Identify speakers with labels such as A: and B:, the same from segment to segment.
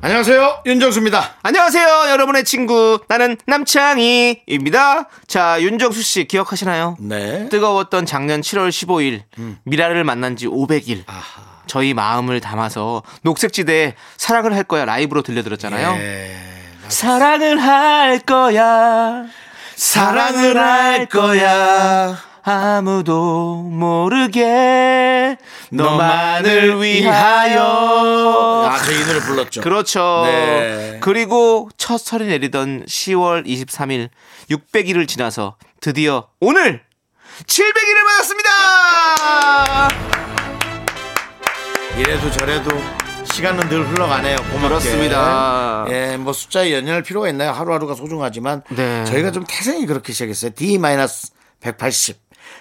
A: 안녕하세요 윤정수입니다.
B: 안녕하세요, 여러분의 친구. 나는 남창희입니다. 자, 윤정수 씨 기억하시나요?
A: 네.
B: 뜨거웠던 작년 7월 15일, 미라를 만난 지 500일.
A: 아.
B: 저희 마음을 담아서 녹색지대에 사랑을 할 거야 라이브로 들려드렸잖아요.
A: 예.
B: 사랑을 할 거야. 사랑을 할 거야. 아무도 모르게 너만을 위하여.
A: 아저 이 노래 불렀죠.
B: 그렇죠.
A: 네.
B: 그리고 첫 설이 내리던 10월 23일 600일을 지나서 드디어 오늘 700일을 맞았습니다.
A: 이래도 저래도 시간은 늘 흘러가네요. 고맙게.
B: 그렇습니다.
A: 예, 뭐 숫자에 연연할 필요가 있나요? 하루하루가 소중하지만
B: 네.
A: 저희가 좀 태생이 그렇게 시작했어요. D-180.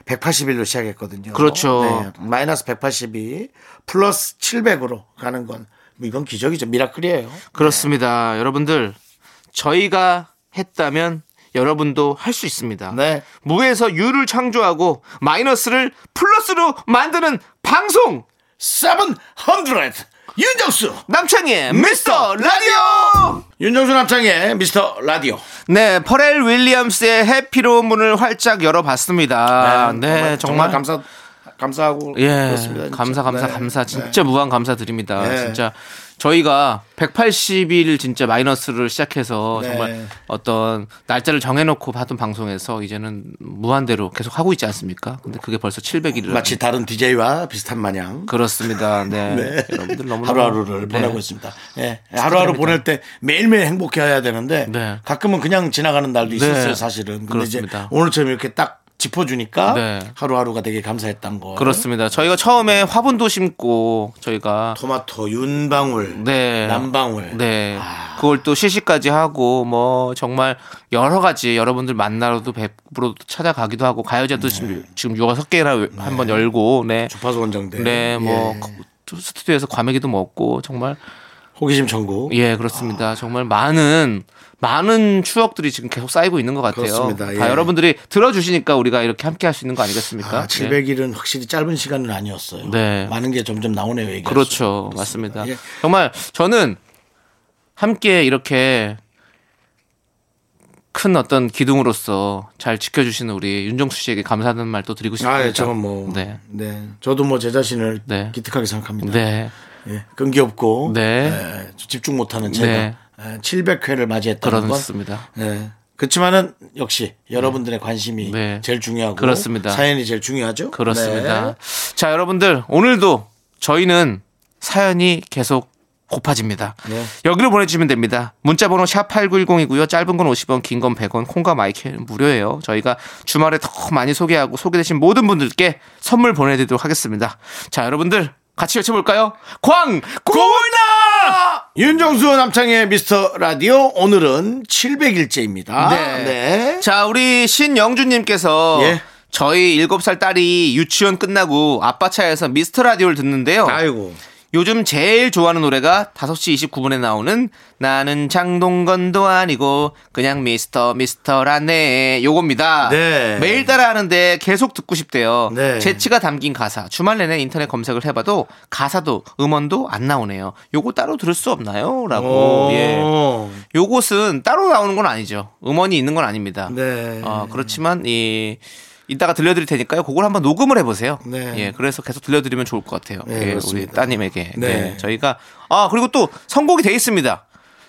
A: 180일로 시작했거든요.
B: 그렇죠.
A: 네, 마이너스 180이 플러스 700으로 가는 건뭐 이건 기적이죠. 미라클이에요.
B: 그렇습니다. 여러분들 저희가 했다면 여러분도 할 수 있습니다.
A: 네.
B: 무에서 유를 창조하고 마이너스를 플러스로 만드는 방송
A: 700 윤정수
B: 남창희의 미스터 라디오.
A: 윤정수 남창의 미스터 라디오.
B: 네, 퍼렐 윌리엄스의 해피로 문을 활짝 열어봤습니다. 네, 정말,
A: 아, 감사 감사하고
B: 예,
A: 그렇습니다. 진짜.
B: 감사 감사
A: 네.
B: 감사 진짜 무한 감사드립니다.
A: 네.
B: 진짜 저희가 180일 진짜 마이너스를 시작해서
A: 네.
B: 정말 어떤 날짜를 정해놓고 하던 방송에서 이제는 무한대로 계속 하고 있지 않습니까? 근데 그게 벌써 700일을
A: 마치 다른 DJ와 비슷한 마냥
B: 그렇습니다. 네,
A: 네.
B: 여러분들 너무 네.
A: 하루하루를 보내고 있습니다. 예. 하루하루 보낼 때 매일매일 행복해야 되는데
B: 네.
A: 가끔은 그냥 지나가는 날도 있었어요,
B: 네.
A: 사실은. 근데 이제
B: 그렇습니다.
A: 오늘처럼 이렇게 딱 짚어주니까
B: 네.
A: 하루하루가 되게 감사했던 거.
B: 그렇습니다. 저희가 처음에 화분도 심고 저희가
A: 토마토, 윤방울,
B: 네.
A: 남방울.
B: 네.
A: 아.
B: 그걸 또 실시까지 하고 뭐 정말 여러 가지 여러분들 만나러도 뵙으러 찾아가기도 하고
A: 네.
B: 가요제도 지금 지금 요가 석개나 한번 열고 네.
A: 주파수 원정대.
B: 네, 뭐
A: 예.
B: 그 스튜디오에서 과메기도 먹고 정말
A: 호기심 천국.
B: 예, 그렇습니다. 정말 많은 많은 추억들이 지금 계속 쌓이고 있는 것 같아요.
A: 그렇습니다. 예.
B: 다 여러분들이 들어주시니까 우리가 이렇게 함께 할 수 있는 거 아니겠습니까?
A: 아, 700일은 확실히 짧은 시간은 아니었어요.
B: 네.
A: 많은 게 점점 나오네요. 얘기할
B: 그렇죠.
A: 수.
B: 맞습니다.
A: 예.
B: 정말 저는 함께 이렇게 큰 어떤 기둥으로서 잘 지켜주시는 우리 윤정수 씨에게 감사하는 말 또 드리고 싶습니다.
A: 아, 예, 저건 뭐. 네.
B: 네.
A: 저도 뭐 제 자신을
B: 네.
A: 기특하게 생각합니다.
B: 네.
A: 예, 끈기 없고
B: 네.
A: 예, 집중 못하는 제가
B: 네.
A: 예, 700회를 맞이했다는
B: 그렇습니다.
A: 건 예, 그렇지만은 역시 여러분들의 관심이
B: 네.
A: 제일 중요하고
B: 그렇습니다.
A: 사연이 제일 중요하죠.
B: 그렇습니다.
A: 네.
B: 자, 여러분들 오늘도 저희는 사연이 계속 고파집니다.
A: 네.
B: 여기로 보내주시면 됩니다. 문자번호 샵 8910이고요. 짧은 건 50원, 긴 건 100원, 콩과 마이크는 무료예요. 저희가 주말에 더 많이 소개하고 소개되신 모든 분들께 선물 보내드리도록 하겠습니다. 자, 여러분들 같이 외쳐볼까요? 광! 고나!
A: 네. 윤정수 남창의 미스터 라디오 오늘은 700일째입니다.
B: 네. 자, 우리 신영준님께서
A: 예.
B: 저희 7살 딸이 유치원 끝나고 아빠 차에서 미스터 라디오를 듣는데요.
A: 아이고.
B: 요즘 제일 좋아하는 노래가 5시 29분에 나오는 나는 장동건도 아니고 그냥 미스터 미스터라네 요겁니다.
A: 네.
B: 매일 따라 하는데 계속 듣고 싶대요.
A: 네.
B: 재치가 담긴 가사. 주말 내내 인터넷 검색을 해봐도 가사도 음원도 안 나오네요. 요거 따로 들을 수 없나요? 라고.
A: 오.
B: 예. 요것은 따로 나오는 건 아니죠. 음원이 있는 건 아닙니다.
A: 네.
B: 어, 그렇지만 이 이따가 들려드릴 테니까요. 그걸 한번 녹음을 해보세요.
A: 네.
B: 예, 그래서 계속 들려드리면 좋을 것 같아요.
A: 네,
B: 예, 우리
A: 그렇습니다.
B: 따님에게. 네.
A: 네.
B: 저희가 아 그리고 또 선곡이 돼 있습니다.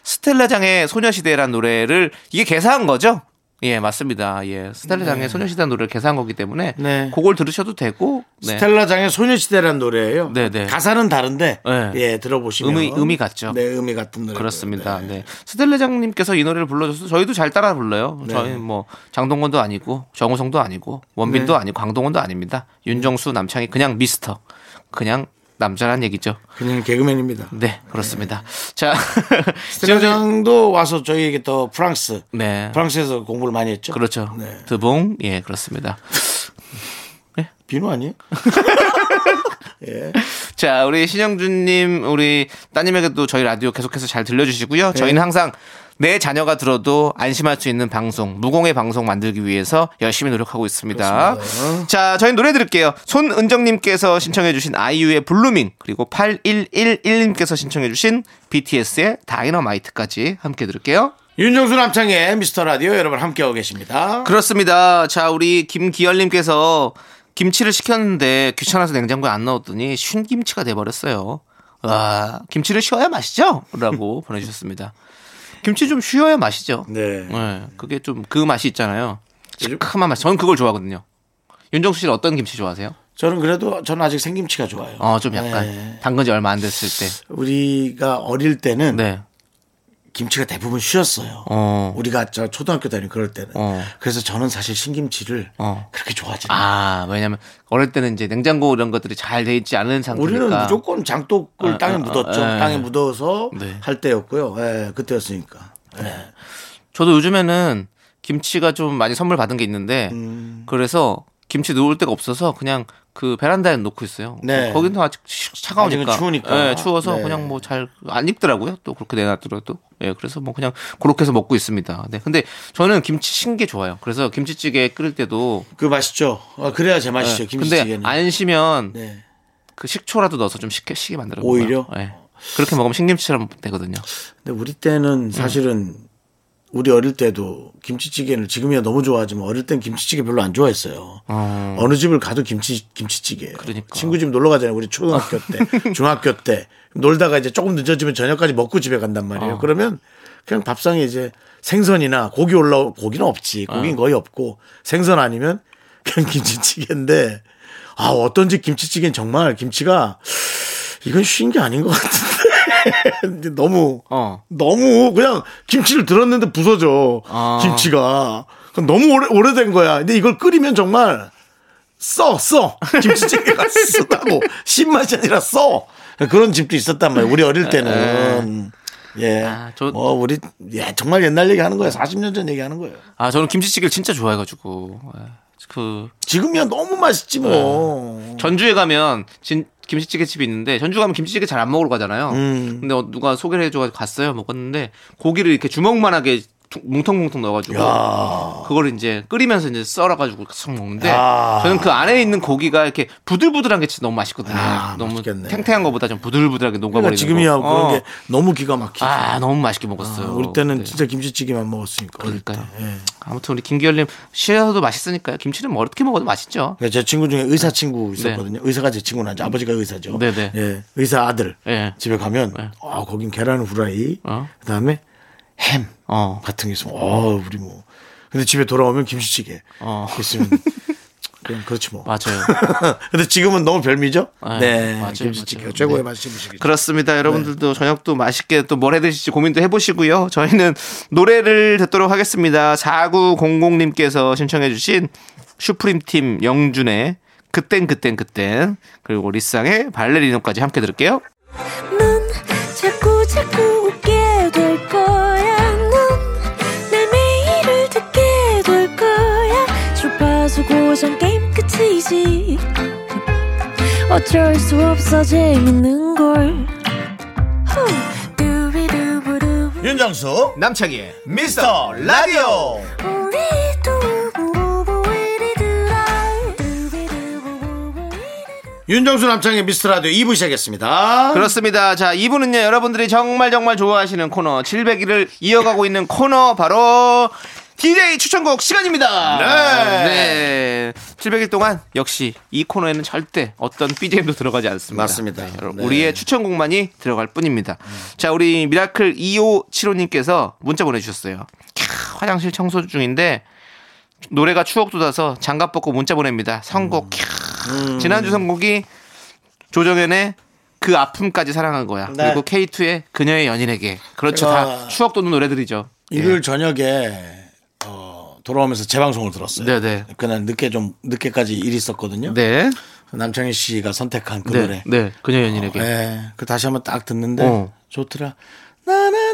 B: 스텔라장의 소녀시대란 노래를 이게 개사한 거죠? 예, 맞습니다. 예, 스텔라장의 소녀시대 란 노래를 개사한 거기 때문에
A: 네.
B: 그걸 들으셔도 되고 네.
A: 스텔라장의 소녀시대란 노래예요.
B: 네, 네.
A: 가사는 다른데
B: 네.
A: 예 들어보시면
B: 의미- 의미 같죠?
A: 네, 의미 같은 노래.
B: 그렇습니다. 네. 스텔레장님께서 이 노래를 불러줘서 저희도 잘 따라 불러요. 저희 뭐 장동건도 아니고 네. 정우성도 아니고 원빈도 아니고 강동원도 아닙니다. 윤정수 남창이 그냥 미스터 그냥 남자란 얘기죠.
A: 그냥 개그맨입니다.
B: 네, 그렇습니다. 자, 지금-
A: 스테장도 와서 저희에게 또 프랑스,
B: 네,
A: 프랑스에서 공부를 많이 했죠.
B: 그렇죠.
A: 네.
B: 드봉, 예, 그렇습니다.
A: 비누 아니에요?
B: 자, 우리 신영준님, 우리 따님에게도 저희 라디오 계속해서 잘 들려주시고요. 저희는 항상 내 자녀가 들어도 안심할 수 있는 방송, 무공의 방송 만들기 위해서 열심히 노력하고 있습니다. 자, 저희 노래 들을게요. 손은정님께서 신청해주신 아이유의 블루밍, 그리고 8111님께서 신청해주신 BTS의 다이너마이트까지 함께 들을게요.
A: 윤정수 남창의 미스터 라디오 여러분 함께하고 계십니다.
B: 그렇습니다. 자, 우리 김기열님께서 김치를 시켰는데 귀찮아서 냉장고에 안 넣었더니 쉰 김치가 돼버렸어요. 와, 김치를 쉬어야 맛이죠? 라고 보내주셨습니다. 김치 좀 쉬어야 맛이죠?
A: 네. 예,
B: 그게 좀 그 맛이 있잖아요. 시큼한 맛. 저는 그걸 좋아하거든요. 윤정수 씨는 어떤 김치 좋아하세요?
A: 저는 그래도 저는 아직 생김치가 좋아요.
B: 어, 좀 약간
A: 네.
B: 담근 지 얼마 안 됐을 때.
A: 우리가 어릴 때는
B: 네.
A: 김치가 대부분 쉬었어요.
B: 어.
A: 우리가 저 초등학교 다니는 그럴 때는.
B: 어.
A: 그래서 저는 사실 신김치를
B: 어.
A: 그렇게 좋아하지 않아요.
B: 아, 왜냐면 어릴 때는 이제 냉장고 이런 것들이 잘 돼 있지 않은 상태니까.
A: 우리는 무조건 장독을 땅에 묻었죠.
B: 뭐 그러니까. 아, 아.
A: 땅에 묻어서
B: 네.
A: 할 때였고요. 예, 그때였으니까.
B: 저도 요즘에는 김치가 좀 많이 선물 받은 게 있는데
A: 음.
B: 그래서 김치 넣을 데가 없어서 그냥 그 베란다에 놓고 있어요.
A: 네.
B: 거기는 아직 시- 차가우니까.
A: 아직은 추우니까.
B: 예, 추워서
A: 네.
B: 그냥 뭐 잘 안 익더라고요. 또 그렇게 내놨더라도. 예, 그래서 뭐 그냥 그렇게 해서 먹고 있습니다. 네. 근데 저는 김치 신 게 좋아요. 그래서 김치찌개 끓일 때도
A: 그 맛있죠. 아, 그래야 제맛이죠.
B: 예, 근데
A: 김치찌개는.
B: 안 시면
A: 네.
B: 그 식초라도 넣어서 좀 식게 시게 만들어 먹어요.
A: 오히려?
B: 예. 그렇게 먹으면 신김치처럼 되거든요.
A: 근데 우리
B: 음.
A: 때는 사실은 우리 어릴 때도 김치찌개를 지금이야 너무 좋아하지만 어릴 땐 김치찌개 별로 안 좋아했어요.
B: 어.
A: 어. 느 집을 가도 김치 김치찌개예요.
B: 그러니까.
A: 친구 집 놀러 가잖아요. 우리 초등학교 때, 중학교 때 놀다가 이제 조금 늦어지면 저녁까지 먹고 집에 간단 말이에요.
B: 아.
A: 그러면 그냥 밥상에 이제 생선이나 고기 올라 고기는 없지. 고기는
B: 아.
A: 거의 없고 생선 아니면 그냥 김치찌개인데 아 어떤 집 김치찌개는 정말 김치가 이건 쉬운 게 아닌 것 같은데 근데 너무
B: 어.
A: 너무 그냥 김치를 들었는데 부서져
B: 아.
A: 김치가 그건 너무 오래 오래된 거야. 근데 이걸 끓이면 정말 써 써 김치찌개가 쓰다고 신맛이 아니라 써 그런 집도 있었단 말이에요. 우리 어릴 때는 예.
B: 아, 저-
A: 뭐 우리 예, 정말 옛날 얘기하는 거예요. 40년 전 얘기하는 거예요.
B: 아, 저는 김치찌개를 진짜 좋아해가지고. 예. 그
A: 지금이야 너무 맛있지 뭐.
B: 전주에 가면 진 김치찌개 집이 있는데 전주 가면 김치찌개 잘 안 먹으러 가잖아요.
A: 음.
B: 근데 어- 누가 소개를 해줘가지고 갔어요. 먹었는데 고기를 이렇게 주먹만하게 퉁- 뭉텅뭉텅 넣어가지고 그걸 이제 끓이면서 이제 썰어가지고 계속 먹는데
A: 야.
B: 저는 그 안에 있는 고기가 이렇게 부들부들한 게 진짜 너무 맛있거든요.
A: 아,
B: 너무
A: 맛있겠네.
B: 탱탱한 것보다 좀 부들부들하게
A: 그러니까
B: 녹아버리는
A: 지금이야
B: 거.
A: 그런
B: 어.
A: 게 너무 기가 막히죠.
B: 아 너무 맛있게 먹었어요.
A: 우리 때는
B: 네.
A: 진짜 김치찌개만 먹었으니까. 어릴 때.
B: 그러니까요.
A: 예.
B: 아무튼 우리 김기열님 쉬어도 맛있으니까요. 김치는 뭐 어떻게 먹어도 맛있죠.
A: 그러니까 제 친구 중에 의사 친구 있었거든요. 의사가 제 친구는 아니죠. 아버지가 의사죠.
B: 네. 음. 네네.
A: 예, 의사 아들
B: 예.
A: 집에 가면 아 거긴 계란 후라이
B: 어.
A: 그다음에 햄
B: 어.
A: 같은 게 있으면 어 우리 뭐 근데 집에 돌아오면 김치찌개
B: 어.
A: 있으면 그냥 그렇지 뭐.
B: 맞아요.
A: 근데 지금은 너무 별미죠.
B: 아,
A: 네,
B: 맞아요,
A: 김치찌개가
B: 맞아요.
A: 최고의
B: 네.
A: 맛이 음식이죠.
B: 그렇습니다. 여러분들도 저녁도 맛있게 또 뭘 해드실지 고민도 해보시고요. 저희는 노래를 듣도록 하겠습니다. 4900님께서 신청해주신 슈프림팀 영준의 그땐 그땐 그땐 그리고 리쌍의 발레리노까지 함께 들을게요.
C: 넌 자꾸 자꾸 웃게 될 거야. 넌내 매일을 듣게 될 거야. 주파수 고정 게임 끝이지. 어쩔 수 없어 재밌는 걸. 후. 두비두부두.
A: 윤정수
B: 남창희의
A: 미스터 라디오.
C: 우리 두부부부 이리들아. 두비두부부부 이리들아.
A: 윤정수 남창의 미스터 라디오 2부 시작했습니다.
B: 그렇습니다. 자, 이분은요, 여러분들이 정말 정말 좋아하시는 코너, 700일을 이어가고 있는 코너, 바로, DJ 추천곡 시간입니다.
A: 네.
B: 네. 700일 동안 역시 이 코너에는 절대 어떤 BGM도 들어가지 않습니다.
A: 맞습니다.
B: 여러분,
A: 네.
B: 우리의 추천곡만이 들어갈 뿐입니다. 자, 우리 미라클 2575님께서 문자 보내주셨어요. 캬, 화장실 청소 중인데 노래가 추억 돋아서 장갑 벗고 문자 보냅니다.
A: 음.
B: 선곡 캬. 지난주 선곡이 조정현의 그 아픔까지 사랑한 거야.
A: 네. 아.
B: 그리고 K2의 그녀의 연인에게. 그렇죠.
A: 제가-
B: 다 추억 돋는 노래들이죠.
A: 일요일 저녁에 어, 돌아오면서 재방송을 들었어요.
B: 네네.
A: 그날 늦게 좀 늦게까지 일이 있었거든요.
B: 네.
A: 남창희 씨가 선택한 그 노래.
B: 네, 네, 그녀 연인에게.
A: 예, 그 다시 한번 딱 듣는데
B: 어.
A: 좋더라. 나나나나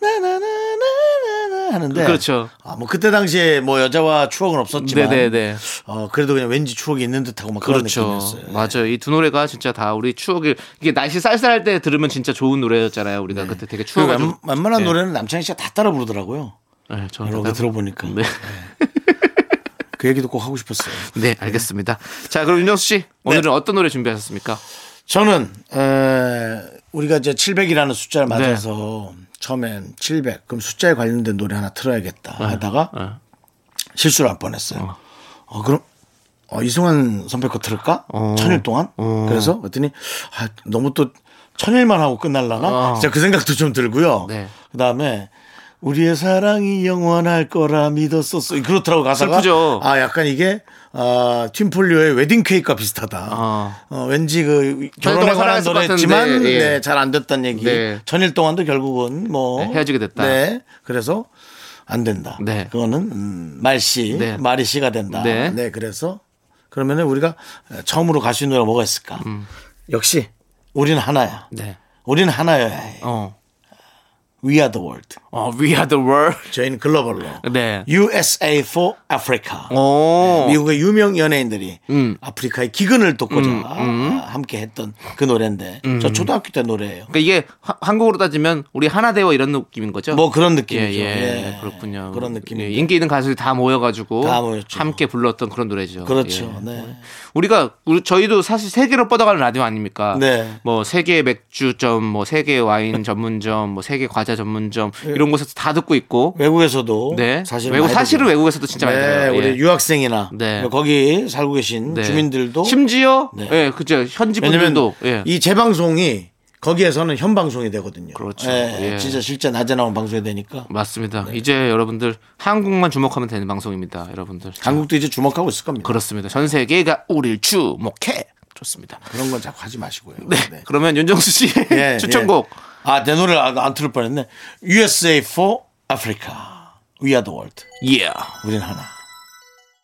A: 나나나나나 하는데
B: 그렇죠.
A: 아, 뭐 그때 당시에 뭐 여자와 추억은 없었지만
B: 네네네.
A: 어, 그래도 그냥 왠지 추억이 있는 듯하고 막 그런
B: 그렇죠.
A: 느낌이었어요. 네.
B: 맞아요. 이 두 노래가 진짜 다 우리 추억을 이게 날씨 쌀쌀할 때 들으면 진짜 좋은 노래였잖아요. 우리가 그때 되게
A: 그
B: 추억을
A: 웬,
B: 좀-
A: 웬만한
B: 네.
A: 노래는 남창희 씨가 다 따라 부르더라고요.
B: 네, 저는
A: 여러 개
B: 약간-
A: 들어보니까 예.
B: 네.
A: 그 얘기도 꼭 하고 싶었어요.
B: 네, 알겠습니다. 자, 그럼 윤정수 씨
A: 네.
B: 오늘은 어떤 노래 준비하셨습니까?
A: 저는 에, 우리가 이제 700이라는 숫자를
B: 네.
A: 맞아서 처음엔 700 그럼 숫자에 관련된 노래 하나 틀어야겠다
B: 네.
A: 하다가 실수를 할 뻔했어요. 어. 그럼 어, 이승환 선배 거 들을까?
B: 어.
A: 천일 동안? 그래서 그랬더니 아, 너무 또 천일만 하고 끝날라나?
B: 어.
A: 진짜 그 생각도 좀 들고요.
B: 네.
A: 그 다음에 우리의 사랑이 영원할 거라 믿었었어. 그렇더라고 가사가.
B: 슬프죠.
A: 아 약간 이게 아, 팀폴리오의 웨딩 케이크와 비슷하다.
B: 아.
A: 어, 왠지 그 결혼에
B: 동안
A: 관한
B: 사랑했을 것
A: 노래지만
B: 같은데, 예.
A: 네, 잘 안 됐다는 얘기.
B: 네.
A: 전일 동안도 결국은 뭐
B: 네, 헤어지게 됐다.
A: 네, 그래서 안 된다.
B: 네.
A: 그거는 음, 말씨,
B: 네.
A: 말이씨가 된다. 네.
B: 네.
A: 그래서 그러면은 우리가 처음으로 갈 수 있는 노래가 뭐가 있을까?
B: 음.
A: 역시 우린 하나야.
B: 네.
A: 우린 하나여야 해.
B: 어.
A: We are the world.
B: 어, We Are the World.
A: 저희는 글로벌로.
B: 네. 어.
A: USA for Africa.
B: 오.
A: 미국의 유명 연예인들이
B: 음.
A: 아프리카의 기근을 돕고자 함께 했던 그 노래인데
B: 음.
A: 저 초등학교 때 노래예요.
B: 그러니까 이게 하- 한국으로 따지면 우리 하나 되어 이런 느낌인 거죠?
A: 뭐 그런
B: 예,
A: 느낌이죠.
B: 예, 그렇군요.
A: 그런 느낌.
B: 예,
A: 이
B: 인기 있는 가수들이 다 모여가지고
A: 다 모였죠.
B: 함께 불렀던 그런 노래죠.
A: 그렇죠.
B: 예.
A: 네.
B: 우리가 우리 저희도 사실 세계로 뻗어가는 라디오 아닙니까?
A: 네.
B: 뭐 세계 맥주점, 뭐 세계 와인 전문점, 뭐 세계 과자 전문점 이런 곳에서 다 듣고 있고.
A: 예. 외국에서도
B: 네.
A: 사실
B: 외국 사실은 외국에서도 진짜 많이
A: 네,
B: 들어요.
A: 우리
B: 예.
A: 유학생이나
B: 네.
A: 거기 살고 계신
B: 네.
A: 주민들도
B: 심지어
A: 네.
B: 예, 그죠 현지
A: 왜냐면
B: 분들도 예.
A: 이 재방송이 거기에서는 현 방송이 되거든요.
B: 그렇죠.
A: 예,
B: 예.
A: 진짜 실제 낮에 나온 방송이 되니까
B: 맞습니다.
A: 네.
B: 이제 여러분들 한국만 주목하면 되는 방송입니다. 여러분들. 자,
A: 한국도 이제 주목하고 있을 겁니다.
B: 그렇습니다. 전 세계가 우릴 주목해. 좋습니다.
A: 그런 건 자꾸 하지 마시고요. 네.
B: 그러면 윤정수 씨
A: 예,
B: 의 추천곡
A: 예. 아, 내 노래를 안, 안 틀을 뻔했네. USA for Africa. We are the world.
B: 예.
A: 우린 하나.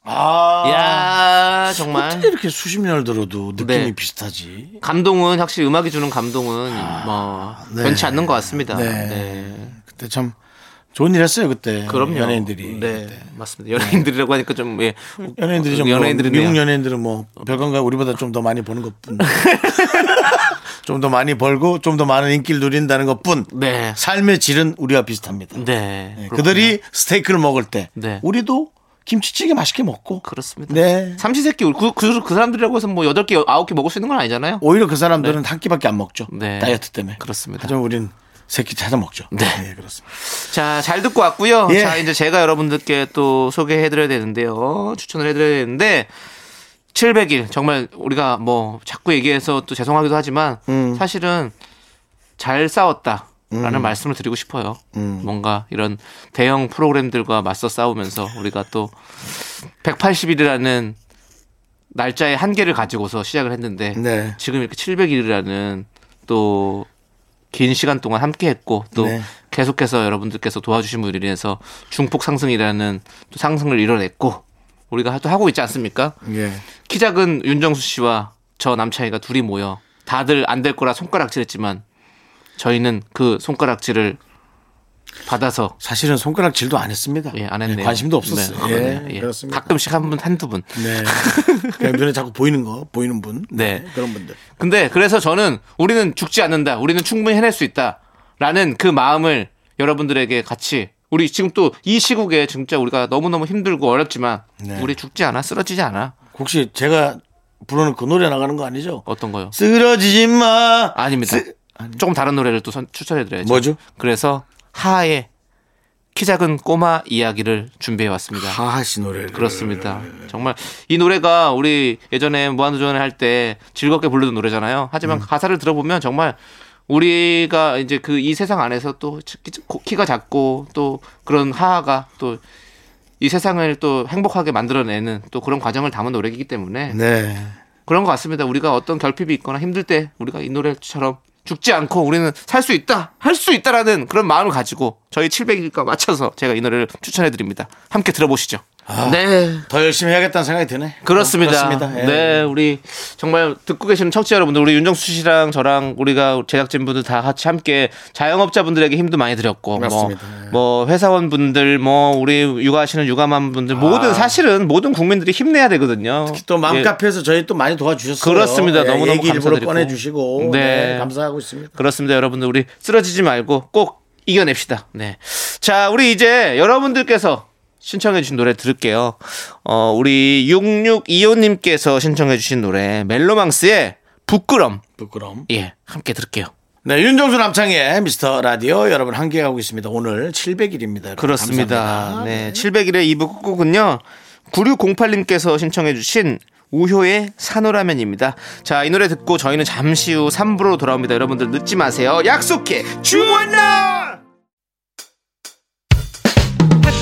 A: 아.
B: 야 정말
A: 어떻게 이렇게 수십 년을 들어도 느낌이
B: 네.
A: 비슷하지?
B: 감동은 확실히 음악이 주는 감동은 뭐
A: 네.
B: 변치 않는 것 같습니다.
A: 네.
B: 네.
A: 그때 참 좋은 일 했어요, 그때.
B: 그럼요.
A: 연예인들이. 음,
B: 네. 맞습니다. 연예인들이라고 하니까 좀 예.
A: 연예인들이 좀뭐
B: 연예인들이네요.
A: 미국 연예인들은 뭐 별건가 우리보다 좀 더 많이 버는 것뿐. 좀 더 많이 벌고 좀 더 많은 인기를 누린다는 것뿐.
B: 네.
A: 삶의 질은 우리와 비슷합니다.
B: 네.
A: 네,
B: 그렇군요.
A: 그들이 스테이크를 먹을 때
B: 네.
A: 우리도 김치찌개 맛있게 먹고
B: 그렇습니다.
A: 네.
B: 삼시세끼 그, 그, 그 사람들이라고 해서 뭐 여덟 개 아홉 개 먹을 수 있는 건 아니잖아요.
A: 오히려 그 사람들은 한 끼밖에 안 먹죠.
B: 네.
A: 다이어트 때문에.
B: 그렇습니다.
A: 하지만 우린 세끼 찾아 먹죠. 네, 그렇습니다.
B: 자, 잘 듣고 왔고요.
A: 예.
B: 자, 이제 제가 여러분들께 또 소개해 드려야 되는데요. 추천을 해 드려야 되는데 700일 정말 우리가 뭐 자꾸 얘기해서 또 죄송하기도 하지만 사실은 잘 싸웠다. 라는 말씀을 드리고 싶어요. 뭔가 이런 대형 프로그램들과 맞서 싸우면서 우리가 또 180일이라는 날짜의 한계를 가지고서 시작을 했는데
A: 네.
B: 지금 이렇게 700일이라는 또 긴 시간 동안 함께 했고 또
A: 네.
B: 계속해서 여러분들께서 도와주신 분들 인해서 중폭 상승이라는 또 상승을 이뤄냈고 우리가 또 하고 있지 않습니까?
A: 예.
B: 키 작은 윤정수 씨와 저 남창희가 둘이 모여 다들 안 될 거라 손가락질했지만 저희는 그 손가락질을 받아서
A: 사실은 손가락질도 안 했습니다.
B: 예, 안 했네요.
A: 예, 관심도 없었어요.
B: 네,
A: 예,
B: 그러네요. 예.
A: 그렇습니다.
B: 가끔씩 한 분, 한두 분.
A: 네. 그냥 눈에 자꾸 보이는 거, 보이는 분.
B: 네.
A: 그런 분들.
B: 근데 그래서 저는 우리는 죽지 않는다. 우리는 충분히 해낼 수 있다. 라는 그 마음을 여러분들에게 같이 우리 지금 또 이 시국에 진짜 우리가 너무너무 힘들고 어렵지만
A: 네.
B: 우리 죽지 않아 쓰러지지 않아
A: 혹시 제가 부르는 그 노래 나가는 거 아니죠?
B: 어떤 거요?
A: 쓰러지지 마.
B: 아닙니다.
A: 쓰-
B: 조금 다른 노래를 또 선- 추천해드려야죠.
A: 뭐죠?
B: 그래서 하의 키 작은 꼬마 이야기를 준비해왔습니다.
A: 하하씨 노래를.
B: 그렇습니다. 정말 이 노래가 우리 예전에 무한도전을 할 때 즐겁게 부르던 노래잖아요. 하지만 가사를 들어보면 정말 우리가 이제 그 이 세상 안에서 또 키가 작고 또 그런 하하가 또 이 세상을 또 행복하게 만들어내는 또 그런 과정을 담은 노래이기 때문에
A: 네.
B: 그런 것 같습니다. 우리가 어떤 결핍이 있거나 힘들 때 우리가 이 노래처럼 죽지 않고 우리는 살 수 있다, 할 수 있다라는 그런 마음을 가지고 저희 700일과 맞춰서 제가 이 노래를 추천해 드립니다. 함께 들어보시죠. 네.
A: 더 열심히 해야겠다는 생각이 드네.
B: 그렇습니다.
A: 그렇습니다. 예.
B: 네, 우리 정말 듣고 계시는 청취자 여러분들, 우리 윤정수 씨랑 저랑 우리가 제작진분들 다 같이 함께 자영업자분들에게 힘도 많이 드렸고,
A: 맞습니다. 예.
B: 뭐, 뭐 회사원분들, 뭐 우리 육아하시는 육아맘분들 모든 사실은 모든 국민들이 힘내야 되거든요.
A: 또
B: 예.
A: 맘카페에서 저희 또 많이 도와주셨어요. 예,
B: 그렇습니다. 너무너무
A: 얘기 일부러
B: 감사드리고.
A: 꺼내주시고
B: 네.
A: 네, 감사하고 있습니다.
B: 그렇습니다, 여러분들 우리 쓰러지지 말고 꼭 이겨냅시다. 네, 자 우리 이제 여러분들께서 신청해주신 노래 들을게요. 어, 우리 6625님께서 신청해주신 노래 멜로망스의 부끄럼.
A: 부끄럼.
B: 예, 함께 들을게요.
A: 네, 윤정수 남창의 미스터 라디오 여러분 함께하고 있습니다. 오늘 700일입니다.
B: 그렇습니다. 네, 700일의 2부 끝곡은요. 9608님께서 신청해 주신 우효의 산호라면입니다. 자, 이 노래 듣고 저희는 잠시 후 3부로 돌아옵니다. 여러분들 늦지 마세요. 약속해. 주원나!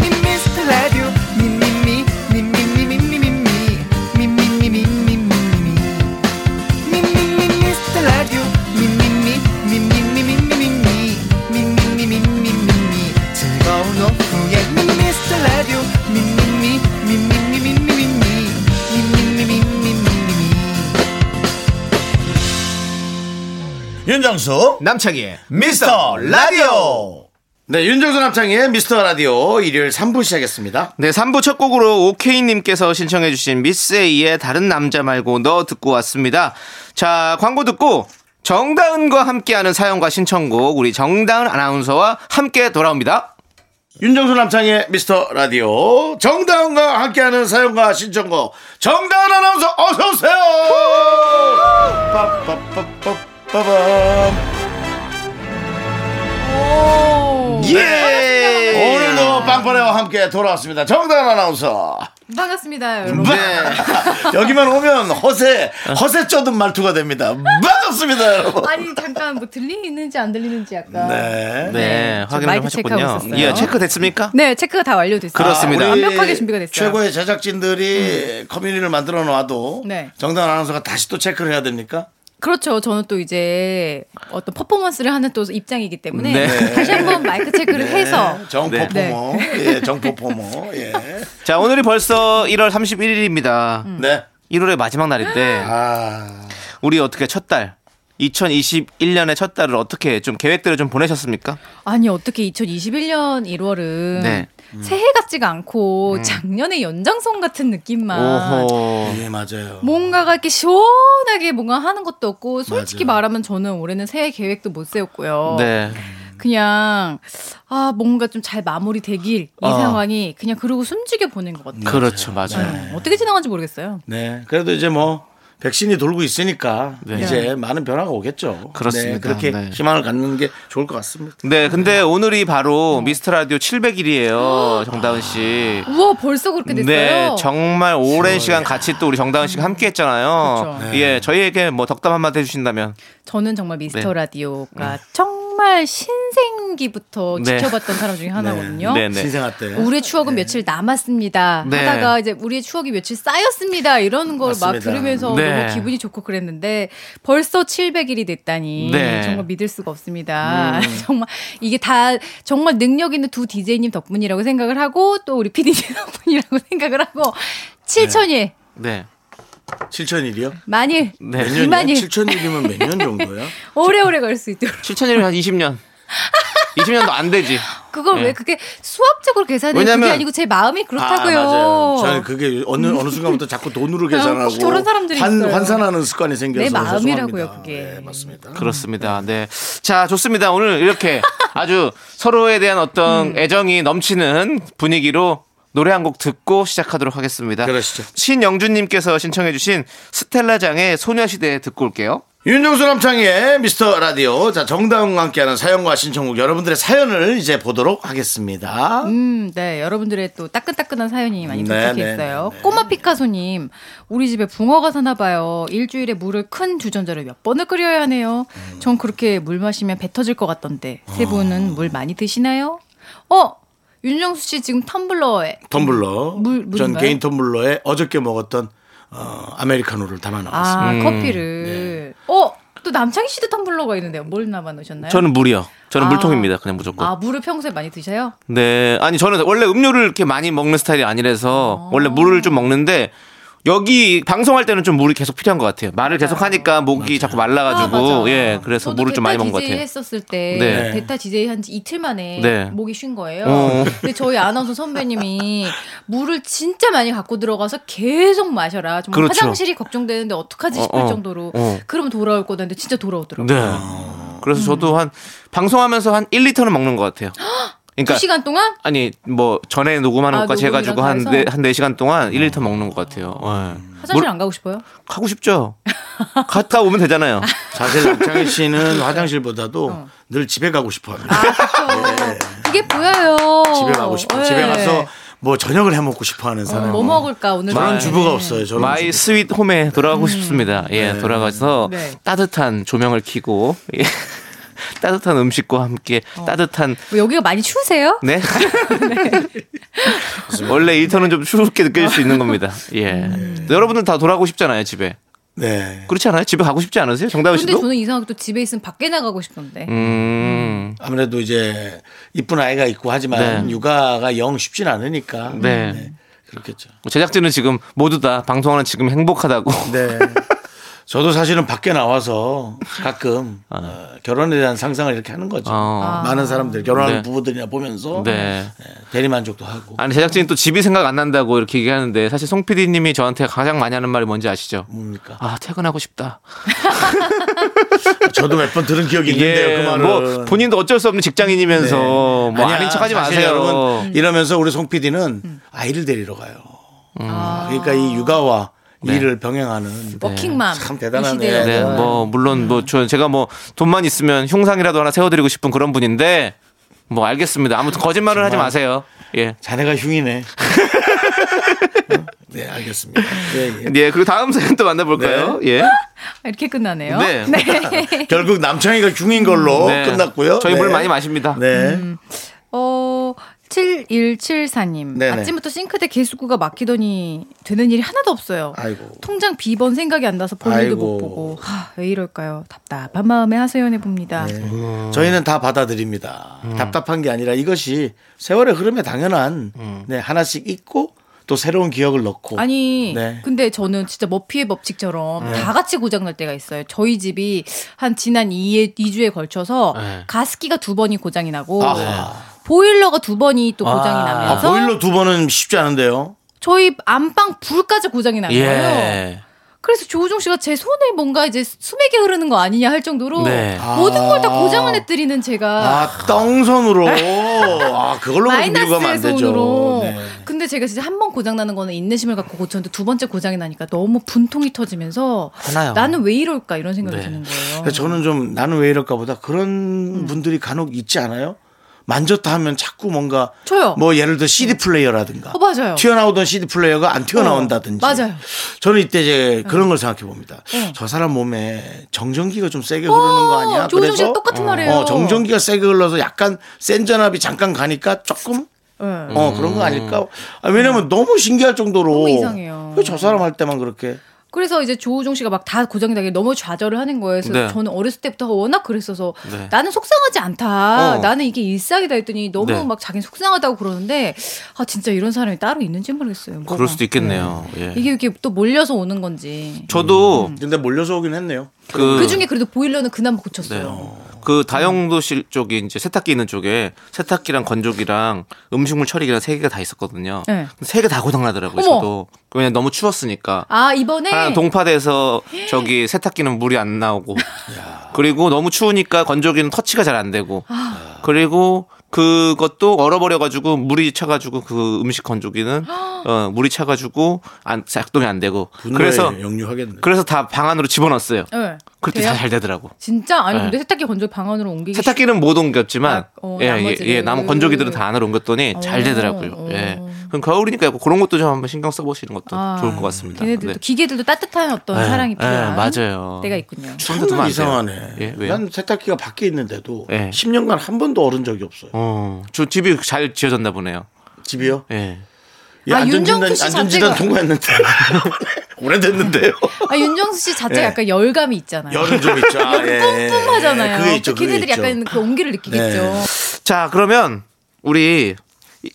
D: 미스터 라디오 미미미 미미미 미미미 미미미 미미미
A: 윤정수
B: 남창희의
A: 미스터 라디오. 네, 윤정수 남창의 미스터 라디오 일요일 3부 시작했습니다.
B: 네, 3부 첫 곡으로 오케이님께서 신청해주신 미스에이의 다른 남자 말고 너 듣고 왔습니다. 자, 광고 듣고 정다은과 함께하는 사연과 신청곡 우리 정다은 아나운서와 함께 돌아옵니다.
A: 윤정수 남창의 미스터 라디오 정다은과 함께하는 사연과 신청곡 정다은 아나운서 어서 오세요. 빠빠빠빠빠밤.
B: 예!
A: 오늘도 빵빠레와 함께 돌아왔습니다. 정다은 아나운서.
E: 반갑습니다, 여러분.
A: 네. 여기만 오면 허세, 허세 쩌든 말투가 됩니다. 반갑습니다, 여러분.
E: 아니 잠깐 뭐 들리는지 안 들리는지 약간. 네.
A: 네.
B: 네,
E: 저
B: 확인을
E: 마이크 체크하고
B: 하셨군요.
E: 있었어요. 음.
B: 예, 체크됐습니까?
E: 네, 체크가 다 완료됐어요.
B: 그렇습니다.
A: 아, 우리
E: 완벽하게 준비가 됐어요. 음.
A: 최고의 제작진들이 커뮤니티를 만들어 놔도
E: 네.
A: 정당 아나운서가 다시 또 체크를 해야 됩니까?
E: 그렇죠. 저는 또 이제 어떤 퍼포먼스를 하는 또 입장이기 때문에
B: 네.
E: 다시 한번 마이크 체크를
A: 네.
E: 해서
A: 정퍼포머,
E: 네.
A: 예, 정퍼포머, 예.
B: 자, 오늘이 벌써 1월 31일입니다.
E: 음.
A: 네.
B: 1월의 마지막 날인데,
A: 아,
B: 우리 어떻게 첫 달, 2021년의 첫 달을 어떻게 좀 계획대로 좀 보내셨습니까?
E: 아니 어떻게 2021년 1월은
B: 네. 음.
E: 새해 같지가 않고 작년의 연장선 같은 느낌만
B: 오호.
A: 예, 맞아요.
E: 뭔가가 이렇게 시원하게 뭔가 하는 것도 없고 솔직히 말하면 저는 올해는 새해 계획도 못 세웠고요.
B: 네.
E: 그냥 아 뭔가 좀 잘 마무리되길 이
B: 어.
E: 상황이 그냥 그러고 숨죽여 보낸 것 같아요.
B: 그렇죠, 맞아요.
E: 네, 어떻게 지나간지 모르겠어요.
A: 네. 그래도 이제 뭐, 백신이 돌고 있으니까
B: 네.
A: 이제 많은 변화가 오겠죠.
B: 그렇습니다.
A: 네, 그렇게
B: 네.
A: 희망을 갖는 게 좋을 것 같습니다.
B: 네, 근데
E: 음.
B: 오늘이 바로 미스터 라디오 700일이에요, 정다은 씨.
E: 우와 벌써 그렇게 아, 됐어요.
B: 네, 정말 오랜 시간 같이 또 우리 정다은 씨가 함께 했잖아요.
E: 그렇죠.
B: 예, 저희에게 뭐 덕담 한마디 해주신다면.
E: 저는 정말 미스터
B: 네.
E: 라디오가 정말 신생기부터
B: 네.
E: 지켜봤던 사람 중에 하나거든요.
B: 네, 네.
A: 신생아 때.
E: 우리의 추억은 며칠 남았습니다.
B: 네.
E: 하다가 이제 우리의 추억이 며칠 쌓였습니다. 이런 걸 막
A: 맞습니다.
E: 들으면서
B: 네.
E: 너무 기분이 좋고 그랬는데 벌써 700일이 됐다니
B: 네. 음.
E: 정말 믿을 수가 없습니다. 정말 이게 다 정말 능력 있는 두 DJ님 덕분이라고 생각을 하고 또 우리 PD님 덕분이라고 생각을 하고 7천일,
B: 네.
A: 7천일이요?
E: 만일,
B: 네.
A: 몇 년이요?
E: 이만일
A: 7천일이면 몇 년 정도야?
E: 오래오래 걸 수 있도록
B: 7천이면 한 20년. 20년도 안 되지.
A: 예.
E: 그걸 왜 그게 수학적으로 계산해요?
B: 왜냐면-
E: 그게 아니고 제 마음이 그렇다고요.
A: 아, 맞아요. 저는 그게 어느 어느 순간부터 자꾸 돈으로 계산하고
E: 꼭 저런 사람들이
A: 환,
E: 있어요.
A: 환산하는 습관이 생겨서
E: 내 마음이라고요,
A: 죄송합니다.
E: 그게.
A: 네, 맞습니다.
B: 그렇습니다. 네. 자, 좋습니다. 오늘 이렇게 아주 서로에 대한 어떤 애정이 넘치는 분위기로 노래 한 곡 듣고 시작하도록 하겠습니다.
A: 그러시죠.
B: 신영준님께서 신청해주신 스텔라장의 소녀시대 듣고 올게요.
A: 윤정수 남창희의 미스터 라디오 자 정다은과 함께하는 사연과 신청곡 여러분들의 사연을 이제 보도록 하겠습니다.
E: 음, 네. 여러분들의 또 따끈따끈한 사연이 많이
A: 네,
E: 도착해
A: 네,
E: 있어요.
A: 네, 네.
E: 꼬마 피카소님, 우리 집에 붕어가 사나봐요. 일주일에 물을 큰 주전자를 몇 번을 끓여야 하네요.
A: 음. 아.
E: 전 그렇게 물 마시면 배 터질 것 같던데, 세 분은 물 많이 드시나요? 어! 윤정수 씨 지금 텀블러에
A: 텀블러.
E: 물- 물인가요?
A: 전 개인 텀블러에 어저께 먹었던 어, 아메리카노를 담아 나왔어요.
E: 아 커피를.
A: 네.
E: 어 또 남창희 씨도 텀블러가 있는데요. 뭘 남아 놓으셨나요?
B: 저는 물이요. 저는
E: 아.
B: 물통입니다. 그냥 무조건.
E: 아 물을 평소에 많이 드셔요?
B: 네. 아니, 저는 원래 음료를 이렇게 많이 먹는 스타일이 아니라서 원래 물을 좀 먹는데 여기 방송할 때는 좀 물이 계속 필요한 것 같아요. 말을 계속 하니까 목이 자꾸
E: 아,
B: 말라가지고
E: 맞아.
B: 예, 그래서
E: 저도
B: 물을 좀
E: 대타
B: 많이 먹는 것
E: DJ
B: 같아요.
E: 했었을 때
B: 네.
E: 대타 DJ 한 지 이틀 만에
B: 네.
E: 목이 쉰 거예요.
B: 어.
E: 근데 저희 아나운서 선배님이 물을 진짜 많이 갖고 들어가서 계속 마셔라. 정말
B: 그렇죠.
E: 화장실이 걱정되는데 어떡하지 싶을
B: 어, 어,
E: 정도로
B: 어.
E: 그러면 돌아올 거다 했는데 진짜 돌아오더라고요.
B: 네. 그래서
E: 음.
B: 저도 한 방송하면서 한 1리터는 먹는 것 같아요. 그러니까
E: 두 시간 동안
B: 아니 뭐 전에 녹음하는
E: 아,
B: 것까지 해가지고
E: 녹음이라고 해서?
B: 한한 4시간 동안
E: 어.
B: 1리터 먹는 것 같아요. 예.
E: 화장실
B: 물-
E: 안 가고 싶어요?
B: 가고 싶죠. 갔다 오면 되잖아요.
A: 사실 남창희 씨는 화장실보다도
E: 어.
A: 늘 집에 가고 싶어
E: 아,
A: 합니다.
B: 그
E: 이게 보여요.
A: 네. 집에 가고 싶어. 집에
E: 예.
A: 가서 뭐 저녁을 해 먹고 싶어 하는
E: 어,
A: 사람.
E: 뭐 먹을까 오늘
A: 저런
E: 저녁에.
A: 주부가 없어요. 저런
B: 마이
A: 주부.
B: 스윗 홈에 돌아가고 싶습니다. 예, 돌아가서
E: 음. 네.
B: 따뜻한 조명을 켜고 예. 따뜻한 음식과 함께 따뜻한
E: 뭐 여기가 많이 추우세요?
B: 네. 원래 일터는 좀 추울게 느껴질 수 있는 겁니다. 예.
E: 음.
B: 여러분들 다 돌아가고 싶잖아요, 집에.
A: 네.
B: 그렇지 않아요? 집에 가고 싶지 않으세요? 정다은
E: 근데
B: 씨도?
E: 저는 이상하게 또 집에 있으면 밖에 나가고 싶은데.
B: 뭐 음.
A: 아무래도 이제 이쁜 아이가 있고 하지만
B: 네.
A: 육아가 영 쉽진 않으니까.
B: 네.
A: 그렇겠죠.
B: 제작진은 지금 모두 다 방송하는 지금 행복하다고.
A: 네. 저도 사실은 밖에 나와서 가끔
B: 아.
A: 어, 결혼에 대한 상상을 이렇게 하는 거죠.
E: 아.
B: 어.
A: 많은 사람들 결혼하는
B: 네.
A: 부부들이나 보면서
B: 네.
A: 예, 대리 만족도 하고
B: 아니 제작진이 또 집이 생각 안 난다고 이렇게 얘기하는데 사실 송 PD님이 저한테 가장 많이 하는 말이 뭔지 아시죠?
A: 뭡니까?
B: 아 퇴근하고 싶다.
A: 저도 몇 번 들은 기억이 있는데요.
B: 이게
A: 그 말은. 네.
B: 뭐 본인도 어쩔 수 없는 직장인이면서 뭐
A: 아니야,
B: 아닌 척하지
A: 사실
B: 마세요. 음.
A: 여러분, 이러면서 우리 송 PD는 아이를 데리러 가요.
B: 음.
A: 그러니까 이 육아와 일을 병행하는 뭐
E: 워킹맘.
A: 참
E: 이
A: 대단하네.
E: 시대에.
B: 네, 뭐 물론 뭐 저 제가 뭐 돈만 있으면 흉상이라도 하나 세워드리고 싶은 그런 분인데 뭐 알겠습니다. 아무튼 거짓말을 하지 마세요. 예.
A: 자네가 흉이네. 어? 네, 알겠습니다. 예,
B: 예, 그리고 다음 사연 또 만나볼까요? 예.
E: 아, 이렇게 끝나네요.
B: 네.
A: 예. 결국 남창희가 흉인 걸로
B: 네.
A: 끝났고요.
B: 저희
A: 네.
B: 물 많이 음. 마십니다.
A: 네.
E: 어, 7174님.
A: 네네.
E: 아침부터 싱크대 개수구가 막히더니 되는 일이 하나도 없어요.
A: 아이고.
E: 통장 비번 생각이 안 나서 볼일도
A: 아이고.
E: 못 보고. 하, 왜 이럴까요? 답답한 마음에 하소연해 봅니다.
A: 네.
B: 음.
A: 저희는 다 받아들입니다. 답답한 게 아니라 이것이 세월의 흐름에 당연한
B: 음.
A: 네, 하나씩 잊고 또 새로운 기억을 넣고
E: 아니,
A: 네.
E: 근데 저는 진짜 머피의 법칙처럼 다 같이 고장날 때가 있어요. 저희 집이 한 지난 2, 주에 걸쳐서
B: 네.
E: 가습기가 두 번이 고장이 나고
A: 아하.
E: 보일러가 두 번이 또 고장이
A: 아,
E: 나면서
A: 보일러 두 번은 쉽지 않은데요.
E: 저희 안방 불까지 고장이 난 거예요.
B: 예.
E: 그래서 조우종 씨가 제 손에 뭔가 이제 수맥이 흐르는 거 아니냐 할 정도로
B: 네.
E: 모든 걸 다
A: 아.
E: 고장을 내뜨리는 제가
A: 아, 떡선으로. 아, 그걸로 밀고 가면
E: 마이너스의
A: 안 되죠.
E: 손으로.
A: 네.
E: 근데 제가 진짜 한 번 고장 나는 거는 인내심을 갖고 고쳤는데 두 번째 고장이 나니까 너무 분통이 터지면서
B: 하나요.
E: 나는 왜 이럴까 이런 생각이
B: 네.
E: 드는 거예요.
A: 근데 저는 좀 나는 왜 이럴까 보다 그런
E: 음.
A: 분들이 간혹 있지 않아요? 만졌다 하면 자꾸 뭔가
E: 저요.
A: 뭐 예를 들어 CD 플레이어라든가
E: 어, 맞아요.
A: 튀어나오던 CD 플레이어가 안 튀어나온다든지
E: 어, 맞아요. 음. 예.
A: 저는 이때 이제 그런 걸 생각해 봅니다. 저 사람 몸에 정전기가 좀 세게 흐르는 거 아니야?
E: 어, 조우종 씨가 똑같은 말이에요.
A: 어, 정전기가 세게 흘러서 약간 센 전압이 잠깐 가니까 조금
E: 네.
A: 어 그런 거 아닐까? 아, 왜냐면 너무 신기할 정도로
E: 너무 이상해요.
A: 왜 저 사람 할 때만 그렇게
E: 그래서 이제 조우종 씨가 막 다 고장이 나게 너무 좌절을 하는 거예요. 그래서
B: 네.
E: 저는 어렸을 때부터 워낙 그랬어서
B: 네.
E: 나는 속상하지 않다.
B: 어.
E: 나는 이게 일상이다 했더니 너무
B: 네.
E: 막 자기는 속상하다고 그러는데 아 진짜 이런 사람이 따로 있는지 모르겠어요. 뭐가.
B: 그럴 수도 있겠네요. 예.
E: 이게 이렇게 또 몰려서 오는 건지.
B: 저도
A: 근데 몰려서 오긴 했네요.
B: 그,
E: 그 중에 그래도 보일러는 그나마 고쳤어요.
B: 네. 그 다용도실 쪽에 이제 세탁기 있는 쪽에 세탁기랑 건조기랑 음식물 처리기랑 세 개가 다 있었거든요.
E: 네.
B: 세 개 다 고장 나더라고요.
E: 어머.
B: 저도 그냥 너무 추웠으니까.
E: 아 이번에
B: 하나 동파돼서 저기 세탁기는 물이 안 나오고 그리고 너무 추우니까 건조기는 터치가 잘 안 되고
E: 아.
B: 그리고 그것도 얼어버려가지고 물이 차가지고 그 음식 건조기는 어, 물이 차가지고 안 작동이 안 되고 그래서
A: 분노에 역류하겠네.
B: 그래서 다 방 안으로 집어넣었어요.
E: 네.
B: 그때
E: 돼요?
B: 잘 되더라고.
E: 진짜 아니
B: 네.
E: 근데 세탁기 건조 방안으로 옮기기
B: 세탁기는 못 옮겼지만
E: 아, 어,
B: 예, 예,
E: 나머지는.
B: 예, 남은 건조기들은 다 안으로 옮겼더니 잘 되더라고요.
E: 어.
B: 예. 그럼 겨울이니까 그런 것도 좀 한번 신경 써보시는 것도
E: 아,
B: 좋을 것 같습니다.
E: 걔네들도
B: 네.
E: 기계들도 따뜻한 어떤
B: 네,
E: 사랑이
B: 네,
E: 필요한
B: 맞아요.
E: 때가 있군요.
B: 추운데 두면 안 돼요.
A: 이상하네.
B: 예, 왜요?
A: 난 세탁기가 밖에 있는데도
B: 예.
A: 10년간 한 번도 얼은 적이 없어요.
B: 어, 저 집이 잘 지어졌나 보네요.
A: 집이요?
B: 예.
A: 예,
E: 아,
A: 안전진단
E: 윤정수 씨
A: 안전진단
E: 자체가-
A: 통과했는데 오래됐는데요.
E: 아 윤정수 씨 자체가
A: 예.
B: 네.
E: 약간 열감이 있잖아요.
A: 열은 좀 있죠. 아, 예.
E: 뿜뿜하잖아요.
A: 그게 있죠. 그게
E: 걔네들이
A: 있죠.
E: 약간 그 온기를 느끼겠죠.
A: 네.
B: 자, 그러면 우리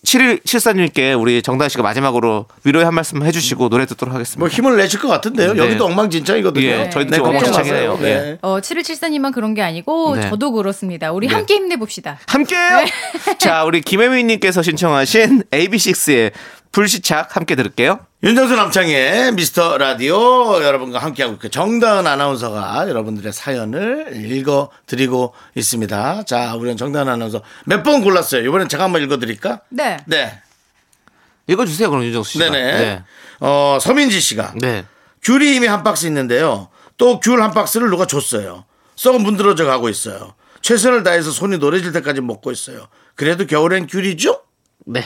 B: 7일 74님께 우리 정다은 씨가 마지막으로 위로의 한 말씀 해주시고 노래 듣도록 하겠습니다.
A: 뭐 힘을 내실 것 같은데요.
B: 네.
A: 여기도 엉망진창이거든요.
B: 예, 저희도 지금
E: 그렇죠.
A: 걱정 마세요.
B: 엉망진창이네요.
A: 네.
B: 예.
E: 어, 7174님만 그런 게 아니고
B: 네.
E: 저도 그렇습니다. 우리
B: 네.
E: 함께 힘내봅시다.
B: 함께요.
E: 네.
B: 자, 우리 김혜민님께서 신청하신 AB6IX의 불시착 함께 들을게요.
A: 윤정수 남창의 미스터 라디오 여러분과 함께하고 있고 정다은 아나운서가 여러분들의 사연을 읽어드리고 있습니다. 자, 우리는 정다은 아나운서 몇 번 골랐어요. 이번엔 제가 한번 읽어드릴까?
E: 네.
A: 네.
B: 읽어주세요, 그럼 윤정수 씨.
A: 네네. 어, 서민지 씨가
B: 네.
A: 귤이 이미 한 박스 있는데요. 또 귤 한 박스를 누가 줬어요. 썩 문드러져 가고 있어요. 최선을 다해서 손이 노래질 때까지 먹고 있어요. 그래도 겨울엔 귤이죠?
B: 네.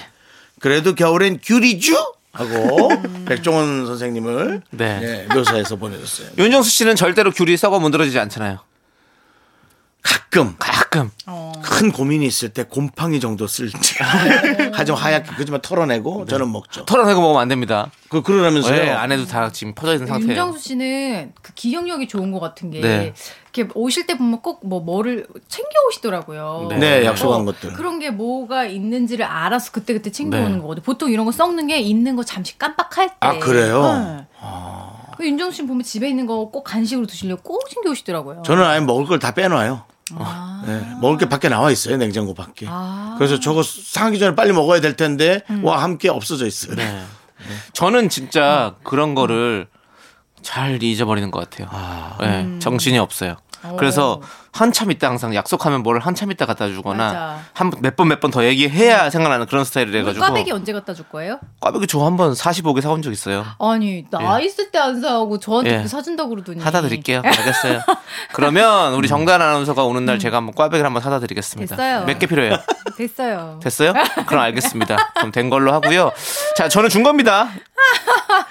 A: 그래도 겨울엔 귤이죠? 하고 백종원 선생님을
B: 네.
A: 예, 묘사해서 보내줬어요.
B: 윤정수 씨는 절대로 귤이 썩어 문드러지지 않잖아요.
A: 가끔
B: 가끔.
A: 큰 고민이 있을 때 곰팡이 정도 쓸지 하지만 하얗게 그지만 털어내고 저는 먹죠.
B: 털어내고 먹으면 안 됩니다.
A: 그 그러면서요.
B: 예, 네. 안에도 다 지금 퍼져 있는 상태예요.
E: 윤정수 씨는 그 기억력이 좋은 것 같은 게
B: 네.
E: 이렇게 오실 때 보면 꼭 뭐 뭐를 챙겨 오시더라고요.
B: 네.
A: 네, 약속한
E: 어,
A: 것들.
E: 그런 게 뭐가 있는지를 알아서 그때그때 챙겨오는
B: 네.
E: 거거든. 보통 이런 거 썩는 게 있는 거 잠시 깜빡할 때.
A: 아, 그래요?
E: 네. 그 윤정수 씨 보면 집에 있는 거 꼭 간식으로 드시려고 꼭 챙겨 오시더라고요.
A: 저는 아예 먹을 걸 다 빼놔요.
E: 아.
A: 네, 먹을 게 밖에 나와 있어요 냉장고 밖에. 그래서 저거 상하기 전에 빨리 먹어야 될 텐데
E: 음.
A: 와 함께 없어져 있어요.
B: 네. 저는 진짜 그런 거를 잘 잊어버리는 것 같아요. 예, 정신이 없어요. 그래서 한참 있다 항상 약속하면 뭘 한참 있다 갖다
E: 맞아. 음.
B: 주거나 한 몇 번 몇 번 더 얘기해야 생각나는 그런 스타일이라
E: 우리
B: 가지고
E: 꽈배기 언제 갖다 줄 거예요?
B: 꽈배기 저 한 번 45개 사온 적 있어요.
E: 아니 나 있을 때 안 사오고 저한테
B: 예.
E: 그 사준다 그러더니
B: 사다 드릴게요. 알겠어요. 그러면 우리 정단 아나운서가 오는 날 제가 한번 꽈배기를 한번 사다 드리겠습니다.
E: 음. 됐어요.
B: 몇 개 필요해요?
E: 됐어요.
B: 됐어요? 그럼 알겠습니다. 그럼 된 걸로 하고요. 자, 저는 준 겁니다.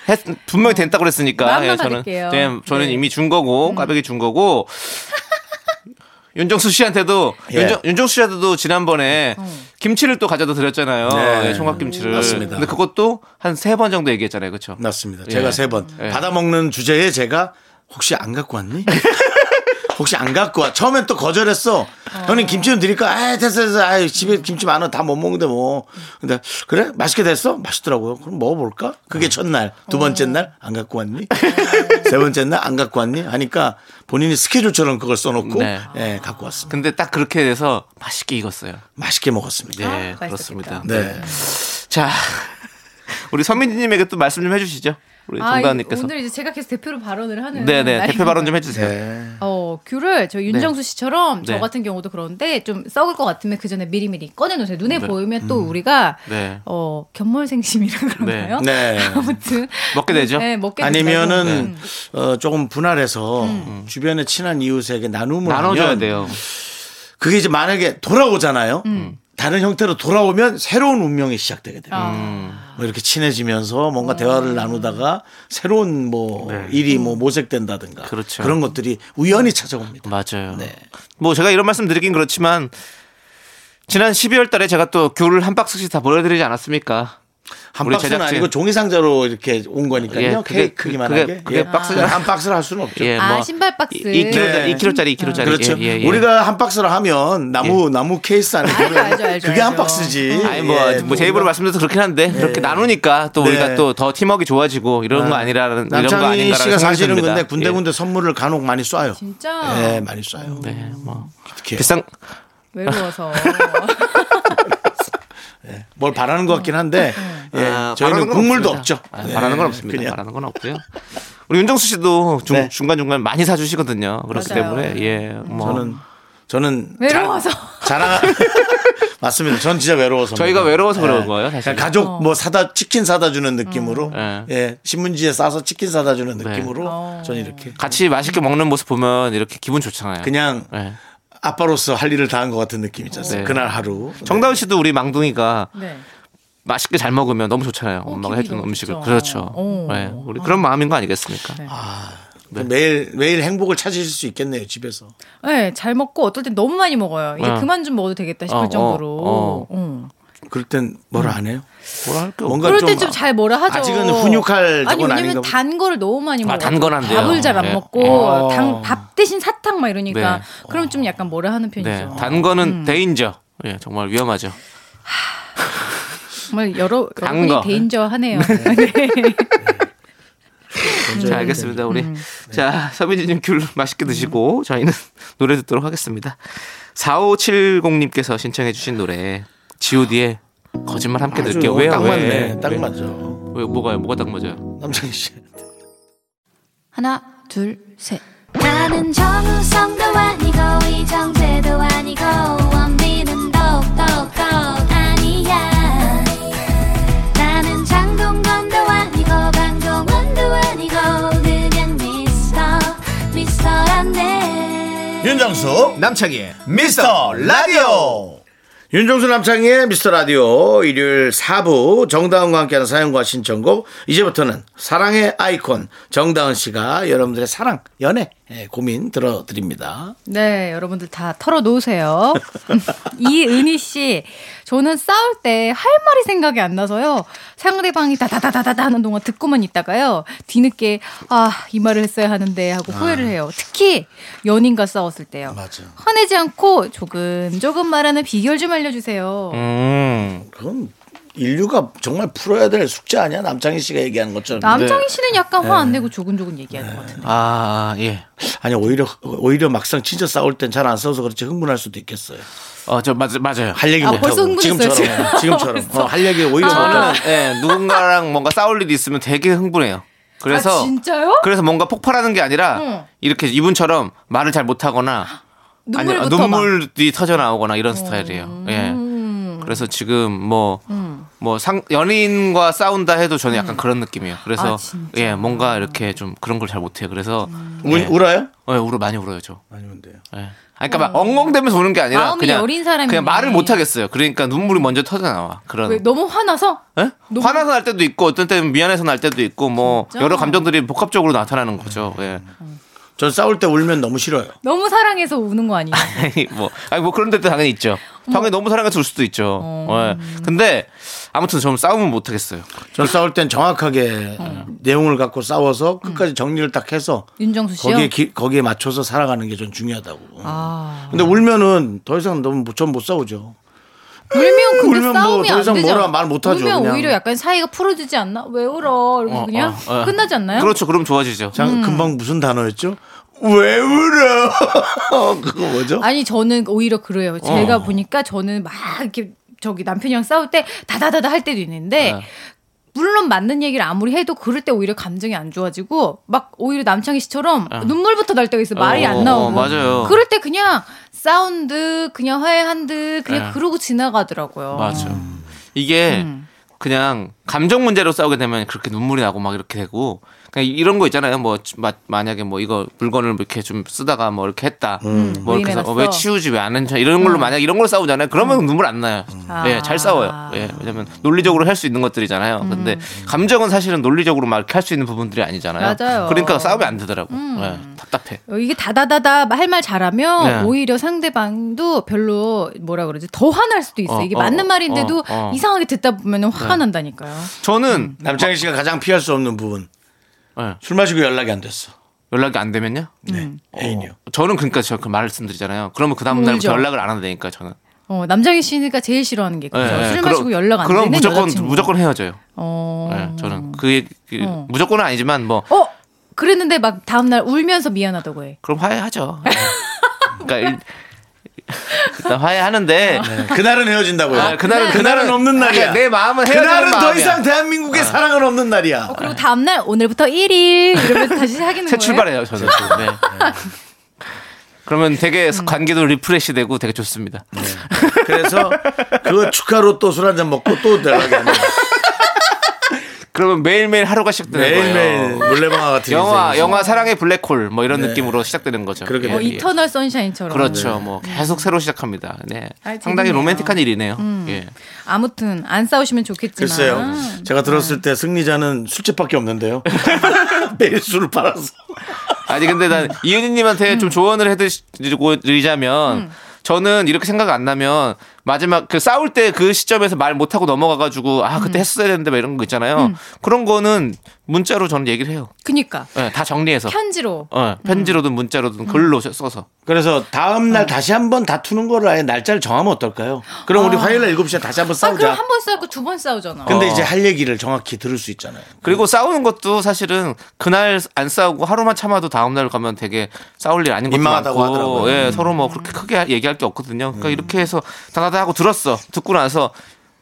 B: 했- 분명히 됐다고 그랬으니까.
E: 마음만
B: 저는
E: 받을게요.
B: 네, 저는
E: 네.
B: 이미 준 거고 꽈배기 준 거고. 윤정수 씨한테도
A: 예.
B: 윤정, 윤정수 씨한테도 지난번에
E: 어.
B: 김치를 또 가져다 드렸잖아요.
A: 네.
B: 네, 총각김치를.
A: 맞습니다.
B: 근데 그것도 한 세 번 정도 얘기했잖아요. 그렇죠?
A: 맞습니다.
B: 예.
A: 제가 세 번
B: 예.
A: 받아 먹는 주제에 제가 혹시 안 갖고 왔니? 혹시 안 갖고 와? 처음엔 또 거절했어. 형님 김치는 드릴까? 아 됐어 됐어. 아 집에 김치 많아 다 못 먹는데 뭐. 근데 그래 맛있게 됐어? 맛있더라고요. 그럼 먹어볼까? 그게 첫날, 두 번째 날 안 갖고 왔니? 세 번째 날 안 갖고 왔니? 하니까 본인이 스케줄처럼 그걸 써놓고
B: 네.
A: 예, 갖고 왔습니다.
B: 근데 딱 그렇게 돼서 맛있게 익었어요.
A: 맛있게 먹었습니다.
B: 네,
E: 아, 맛있었겠다.
B: 그렇습니다.
A: 네.
B: 자, 우리 선민지님에게 또 말씀 좀 해주시죠. 우리
E: 아,
B: 정다은님께서.
E: 오늘 이제 제가 계속 대표로 발언을 하는
B: 네네, 대표 발언 좀
E: 날인가요?
B: 해주세요.
E: 어, 귤을 저 윤정수 씨처럼
B: 네.
E: 저 같은 경우도 그런데 좀 썩을 것 같으면 그 전에 미리미리 꺼내놓으세요. 눈에 보이면 또 우리가
B: 네.
E: 어 견물생심이라 그런가요?
A: 네.
E: 아무튼
B: 먹게 되죠? 네.
E: 네, 먹게 되죠.
A: 아니면은 어, 조금 분할해서 주변에 친한 이웃에게
E: 뭐
A: 나눔을
B: 나눠줘야
A: 하면
B: 돼요.
A: 그게 이제 만약에 돌아오잖아요.
B: 음.
A: 다른 형태로 돌아오면 새로운 운명이 시작되게 돼요.
E: 아,
B: 음.
A: 뭐 이렇게 친해지면서 뭔가 대화를 나누다가 새로운 뭐 일이 뭐 모색된다든가
B: 네. 그렇죠. 음.
A: 런 것들이 우연히 찾아옵니다.
B: 맞아요.
E: 네.
B: 뭐 제가 이런 말씀 드리긴 그렇지만 지난 12월 달에 제가 또 귤을 한 박스씩 다 보내드리지 않았습니까?
A: 한
B: 우리
A: 박스는
B: 제작진.
A: 아니고 종이 상자로 이렇게 온 거니까요.
B: 예, 그게-
A: 케이크 크기만
B: 그게-
A: 하게 예.
B: 그게 박스잖아요.
A: 한 박스를 할 수는 없죠.
B: 예,
E: 아, 신발 박스.
B: 2kg짜리,
A: 네.
B: 2kg짜리, 2kg짜리.
A: 그렇죠.
B: 예, 예.
A: 우리가 한 박스를 하면 나무 나무 케이스 안에
E: 알죠,
B: 아,
E: 알죠, 알죠,
A: 그게 한
E: 알죠.
A: 박스지.
B: 아니 뭐,
A: 예,
B: 뭐 제 입으로 말씀드려서 그렇긴 한데 그렇게 나누니까 또
A: 네.
B: 우리가 또 더 팀워크가 좋아지고 이런 거 아니라는 이런 거
A: 남창희
B: 아닌가라는
A: 씨가
B: 생각이
A: 사실은
B: 듭니다. 예,
A: 근데 군데군데 선물을 간혹 많이 쏴요.
E: 진짜
A: 네, 많이 쏴요.
B: 예. 네, 뭐
A: 특히
B: 비싼
E: 외로워서
A: 뭘 바라는 것 같긴 한데 예,
B: 아, 바라는
A: 저희는
B: 건
A: 국물도
B: 없습니다.
A: 없죠.
B: 아,
A: 네,
B: 바라는 건 없습니다.
A: 그냥.
B: 바라는 건 없고요. 우리 윤정수 씨도 중,
A: 네.
B: 간중간 많이 사주시거든요. 그렇기
E: 맞아요.
B: 때문에 예, 뭐
A: 저는 저는
E: 외로워서.
A: 자, 자랑 맞습니다. 전 진짜 외로워서
B: 저희가 외로워서
A: 예.
B: 그런 거예요, 사실.
A: 그냥 가족
E: 어.
A: 뭐 사다 치킨 사다 주는 느낌으로
B: 음.
A: 예 신문지에 싸서 치킨 사다
B: 네.
A: 주는
E: 어.
A: 느낌으로 저는 이렇게
B: 같이 맛있게 먹는 모습 보면 이렇게 기분 좋잖아요.
A: 그냥
B: 예.
A: 아빠로서 할 일을 다 한 것 같은 느낌이잖아요.
B: 네.
A: 그날 하루.
B: 정다은 씨도 우리 망둥이가
E: 네.
B: 맛있게 잘 먹으면 너무 좋잖아요. 엄마가
E: 어, 기분이
B: 해주는
E: 너무
B: 음식을.
E: 좋죠.
B: 그렇죠.
E: 어.
B: 네, 우리 그런 마음인 거 아니겠습니까?
E: 네.
A: 매일 매일 행복을 찾으실 수 있겠네요 집에서.
E: 네, 잘 먹고 어떨 땐 너무 많이 먹어요. 이제
B: 어.
E: 그만 좀 먹어도 되겠다 싶을
B: 어, 어,
E: 정도로.
B: 어.
E: 응.
A: 그럴 땐 뭐라
B: 음.
A: 안 해요?
B: 뭐라 할게 없
A: 뭔가 그러니까
E: 그럴
A: 좀
E: 땐 좀 잘 뭐라 하죠.
A: 아직은 훈육할
E: 아니
A: 저건 아닌가
E: 왜냐면
A: 보다.
E: 단 거를 너무 많이 먹어.
B: 아, 단건안 돼요.
E: 밥을 잘 안
B: 네.
E: 먹고 당, 밥 대신 사탕 막 이러니까
B: 네.
E: 그럼 좀 약간 뭐라 하는 편이죠.
B: 네, 단 거는
E: 음.
B: 데인저. 예, 정말 위험하죠.
E: 정말 여러
B: 단
E: 여러분이
B: 거.
E: 데인저하네요.
B: 네. 자, 음. 알겠습니다. 우리
E: 음.
B: 네. 자, 서민지님 귤 맛있게 드시고 저희는 노래 듣도록 하겠습니다. 4570님께서 신청해 주신 노래 G.O.D의 거짓말 함께
A: 아주
B: 들게요. 왜요?
A: 딱
B: 왜?
A: 맞네. 딱
B: 왜?
A: 맞죠.
B: 왜 뭐가요? 뭐가 딱 맞아요?
A: 남창희 씨.
E: 하나, 둘, 셋.
C: 나는 정우성도 아니고 이정재도 아니고 원빈은 더욱더 아니야 나는 장동건도 아니고 강동원도 아니고 그냥 미스터 미스터란데
F: 윤정수 남창희의 미스터 라디오
A: 윤종수 남창희의 미스터 라디오 일요일 4부 정다은과 함께하는 사연과 신청곡 이제부터는 사랑의 아이콘 정다은 씨가 여러분들의 사랑 연애 예, 고민 들어드립니다.
E: 네, 여러분들 다 털어놓으세요. 이은희 씨, 저는 싸울 때 할 말이 생각이 안 나서요. 상대방이 다다다다다다 하는 동안 듣고만 있다가요. 뒤늦게 아, 이 말을 했어야 하는데 하고 후회를 해요. 특히 연인과 싸웠을 때요.
A: 맞아.
E: 화내지 않고 조금 조금 말하는 비결 좀 알려주세요.
B: 음.
A: 그건 인류가 정말 풀어야 될 숙제 아니야 남창희 씨가 얘기하는 것처럼.
E: 남창희 씨는 약간 화 안 내고 조근조근 얘기하는 것 같은데.
B: 아, 아, 예.
A: 아니 오히려 오히려 막상 진짜 싸울 땐 잘 안 싸워서 그렇지 흥분할 수도 있겠어요.
B: 어, 저 맞, 맞아요.
A: 할 얘기
E: 아,
A: 못하고
E: 벌써 흥분했어요,
A: 지금처럼
E: 지금.
A: 지금처럼 어, 할 얘기 오히려
B: 저는
A: 저는
E: 아.
B: 예, 누군가랑 뭔가 싸울 일이 있으면 되게 흥분해요. 그래서
E: 아, 진짜요?
B: 그래서 뭔가 폭발하는 게 아니라
E: 응.
B: 이렇게 이분처럼 말을 잘 못하거나 아니,
E: 눈물부터 음. 막.
B: 눈물이 터져 나오거나 이런 스타일이에요. 예.
E: 음.
B: 그래서 지금 뭐, 뭐, 상, 연인과 싸운다 해도 저는 약간 그런 느낌이에요. 그래서,
E: 음. 아, 진짜. 음.
B: 예, 뭔가 이렇게 좀 그런 걸 잘 못해요. 그래서,
A: 우,
B: 예.
A: 울어요?
B: 예, 울어, 많이 울어요, 저.
A: 네. 아니면 돼요.
B: 예. 아니, 그러니까 막 엉엉대면서 우는 게 아니라,
E: 어. 마음이
B: 그냥,
E: 여린 사람이네.
B: 그냥 말을 못하겠어요. 그러니까 눈물이 먼저 터져 나와. 그런.
E: 왜, 너무 화나서?
B: 예?
E: 너무-
B: 화나서 날 때도 있고, 어떤 때는 미안해서 날 때도 있고, 뭐,
E: 진짜? 어.
B: 여러 감정들이 복합적으로 나타나는 거죠. 예.
A: 전 싸울 때 울면 너무 싫어요.
E: 너무 사랑해서 우는 거 아니에요?
B: 아니, 뭐, 아니, 뭐 그런 데도 당연히 있죠. 당연히 너무 사랑해서 울 수도 있죠.
E: 어.
B: 예. 근데 아무튼 저는 싸움은 못하겠어요.
A: 전 싸울 땐 정확하게
E: 음.
A: 내용을 갖고 싸워서 끝까지 정리를 딱 해서
E: 윤정수 씨요?
A: 거기에 기- 거기에 맞춰서 살아가는 게 전 중요하다고.
E: 아.
A: 근데 울면은 더 이상 너무 전못 싸우죠.
E: 울면 근데
A: 울면 뭐
E: 싸움이
A: 더
E: 안
A: 이상
E: 되죠.
A: 뭐라 말 못하죠,
E: 울면
A: 그냥.
E: 오히려 약간 사이가 풀어지지 않나? 왜 울어? 이러고
B: 어,
E: 그냥
B: 어, 어.
E: 끝나지 않나요?
B: 그렇죠. 그럼 좋아지죠.
A: 자, 금방 무슨 단어였죠? 왜 울어? 그거 뭐죠?
E: 아니 저는 오히려 그래요. 제가 보니까 저는 막 이렇게 저기 남편이랑 싸울 때 다다다다 할 때도 있는데 물론 맞는 얘기를 아무리 해도 그럴 때 오히려 감정이 안 좋아지고 막 오히려 남창희 씨처럼 눈물부터 날 때가 있어 말이
B: 어,
E: 안 나오고
B: 어, 맞아요.
E: 그럴 때 그냥 싸운 듯 그냥 화해한 듯 그냥
B: 네.
E: 그러고 지나가더라고요.
B: 맞아.
E: 음.
B: 이게 그냥 감정 문제로 싸우게 되면 그렇게 눈물이 나고 막 이렇게 되고 그냥 이런 거 있잖아요. 뭐 마- 만약에 뭐 이거 물건을 이렇게 좀 쓰다가 뭐 이렇게 했다. 뭐
E: 왜
B: 이렇게 해서
E: 이래놨어? 음.
B: 어, 왜 치우지 왜 안 했냐 이런 걸로 만약 이런 걸로 싸우잖아요. 그러면 눈물 안 나요. 예,
E: 아.
B: 잘 싸워요. 예, 왜냐면 논리적으로 할 수 있는 것들이잖아요.
E: 음.
B: 근데 감정은 사실은 논리적으로 막 이렇게 할 수 있는 부분들이 아니잖아요.
E: 맞아요. 음.
B: 그러니까 싸움이 안 되더라고. 예, 답답해.
E: 어, 이게 다다다다 할 말 잘하면
B: 네.
E: 오히려 상대방도 별로 뭐라 그러지 더 화날 수도 있어. 요
B: 어,
E: 이게
B: 어,
E: 맞는
B: 어,
E: 말인데도
B: 어, 네. 어.
E: 이상하게 듣다 보면 화가 난다니까요. 음.
B: 저는
A: 남창희 씨가 가장 피할 수 없는 부분.
B: 예,
A: 술 마시고 연락이 안 됐어.
B: 연락이 안 되면요.
A: 음.
B: 어.
A: 애인이요.
B: 저는 그러니까 제가 그 말씀드리잖아요. 그러면 그 다음 날부터
E: 울죠.
B: 연락을 안 하면 되니까 저는.
E: 어, 남장희 씨가 제일 싫어하는 게 그죠.
B: 예,
E: 술
B: 예.
E: 마시고
B: 그럼-
E: 연락 안
B: 그럼
E: 되는
B: 무조건
E: 여자친구.
B: 무조건 헤어져요.
E: 어.
B: 예, 저는 그, 얘기- 그 무조건은 아니지만 뭐
E: 어, 그랬는데 막 다음 날 울면서 미안하다고 해.
B: 그럼 화해하죠. 예. 그러니까 일, 일단
E: 어.
B: 화해하는데 네.
A: 그날은 헤어진다고요.
B: 아, 그날은-
A: 그날은 없는 날이야.
B: 아니, 내 마음은 헤어지는
A: 그날은 더
B: 마음이야. 아. 어,
A: 이상 대한민국의 사랑은 없는 날이야.
E: 어, 그리고
B: 네.
E: 다음 날 오늘부터 1일 이러면서 다시 사귀는
B: 새
E: 거예요.
B: 출발해요. 저는 지금. 네. 그러면 되게
E: 음.
B: 관계도 리프레시되고 되게 좋습니다.
E: 네.
B: 네.
A: 그래서 그거 축하로 또 술 한 잔 먹고 또 연락이 안 돼.
B: 그러면 매일매일 하루가 시작되는
A: 매일매일
B: 거예요.
A: 물레방아 같은
B: 영화
A: 인생이죠. 네.
B: 영화 사랑의 블랙홀 뭐 이런 느낌으로 시작되는 거죠.
A: 그렇게
E: 뭐
A: 예,
E: 이터널 선샤인처럼.
B: 그렇죠. 뭐 계속 새로 시작합니다. 네.
E: 아,
B: 상당히
E: 재밌네요. 음.
B: 로맨틱한 일이네요. 예.
E: 아무튼 안 싸우시면 좋겠지만.
A: 글쎄요. 제가
B: 네.
A: 들었을 때 승리자는 술집밖에 없는데요. 매일 술을 팔아서.
B: 아니 근데 난 이은희님한테 좀 조언을 해드리고 드리자면 저는 이렇게 생각 안 나면 마지막 그 싸울 때 그 시점에서 말 못하고 넘어가가지고 아 그때 했어야 되는데 막 이런 거 있잖아요. 그런 거는 문자로 저는 얘기를 해요.
E: 그니까
B: 예, 다 정리해서.
E: 편지로.
B: 어, 편지로든 문자로든 글로 써서.
A: 그래서 다음
E: 네.
A: 날 다시 한번 다투는 거를 아예 날짜를 정하면 어떨까요? 그럼 우리 화요일 날 7시에 다시 한번
E: 아
A: 싸우자.
E: 그럼 한 번 싸우고 두 번 싸우잖아.
A: 근데
B: 어.
A: 이제 할 얘기를 정확히 들을 수 있잖아요.
B: 그리고 싸우는 것도 사실은 그날 안 싸우고 하루만 참아도 다음날 가면 되게 싸울 일 아닌 것도
A: 민망하다고
B: 많고
A: 하더라고요.
B: 예, 서로 뭐 그렇게 크게 얘기할 게 없거든요. 그러니까 이렇게 해서 다다다 하고 들었어. 듣고 나서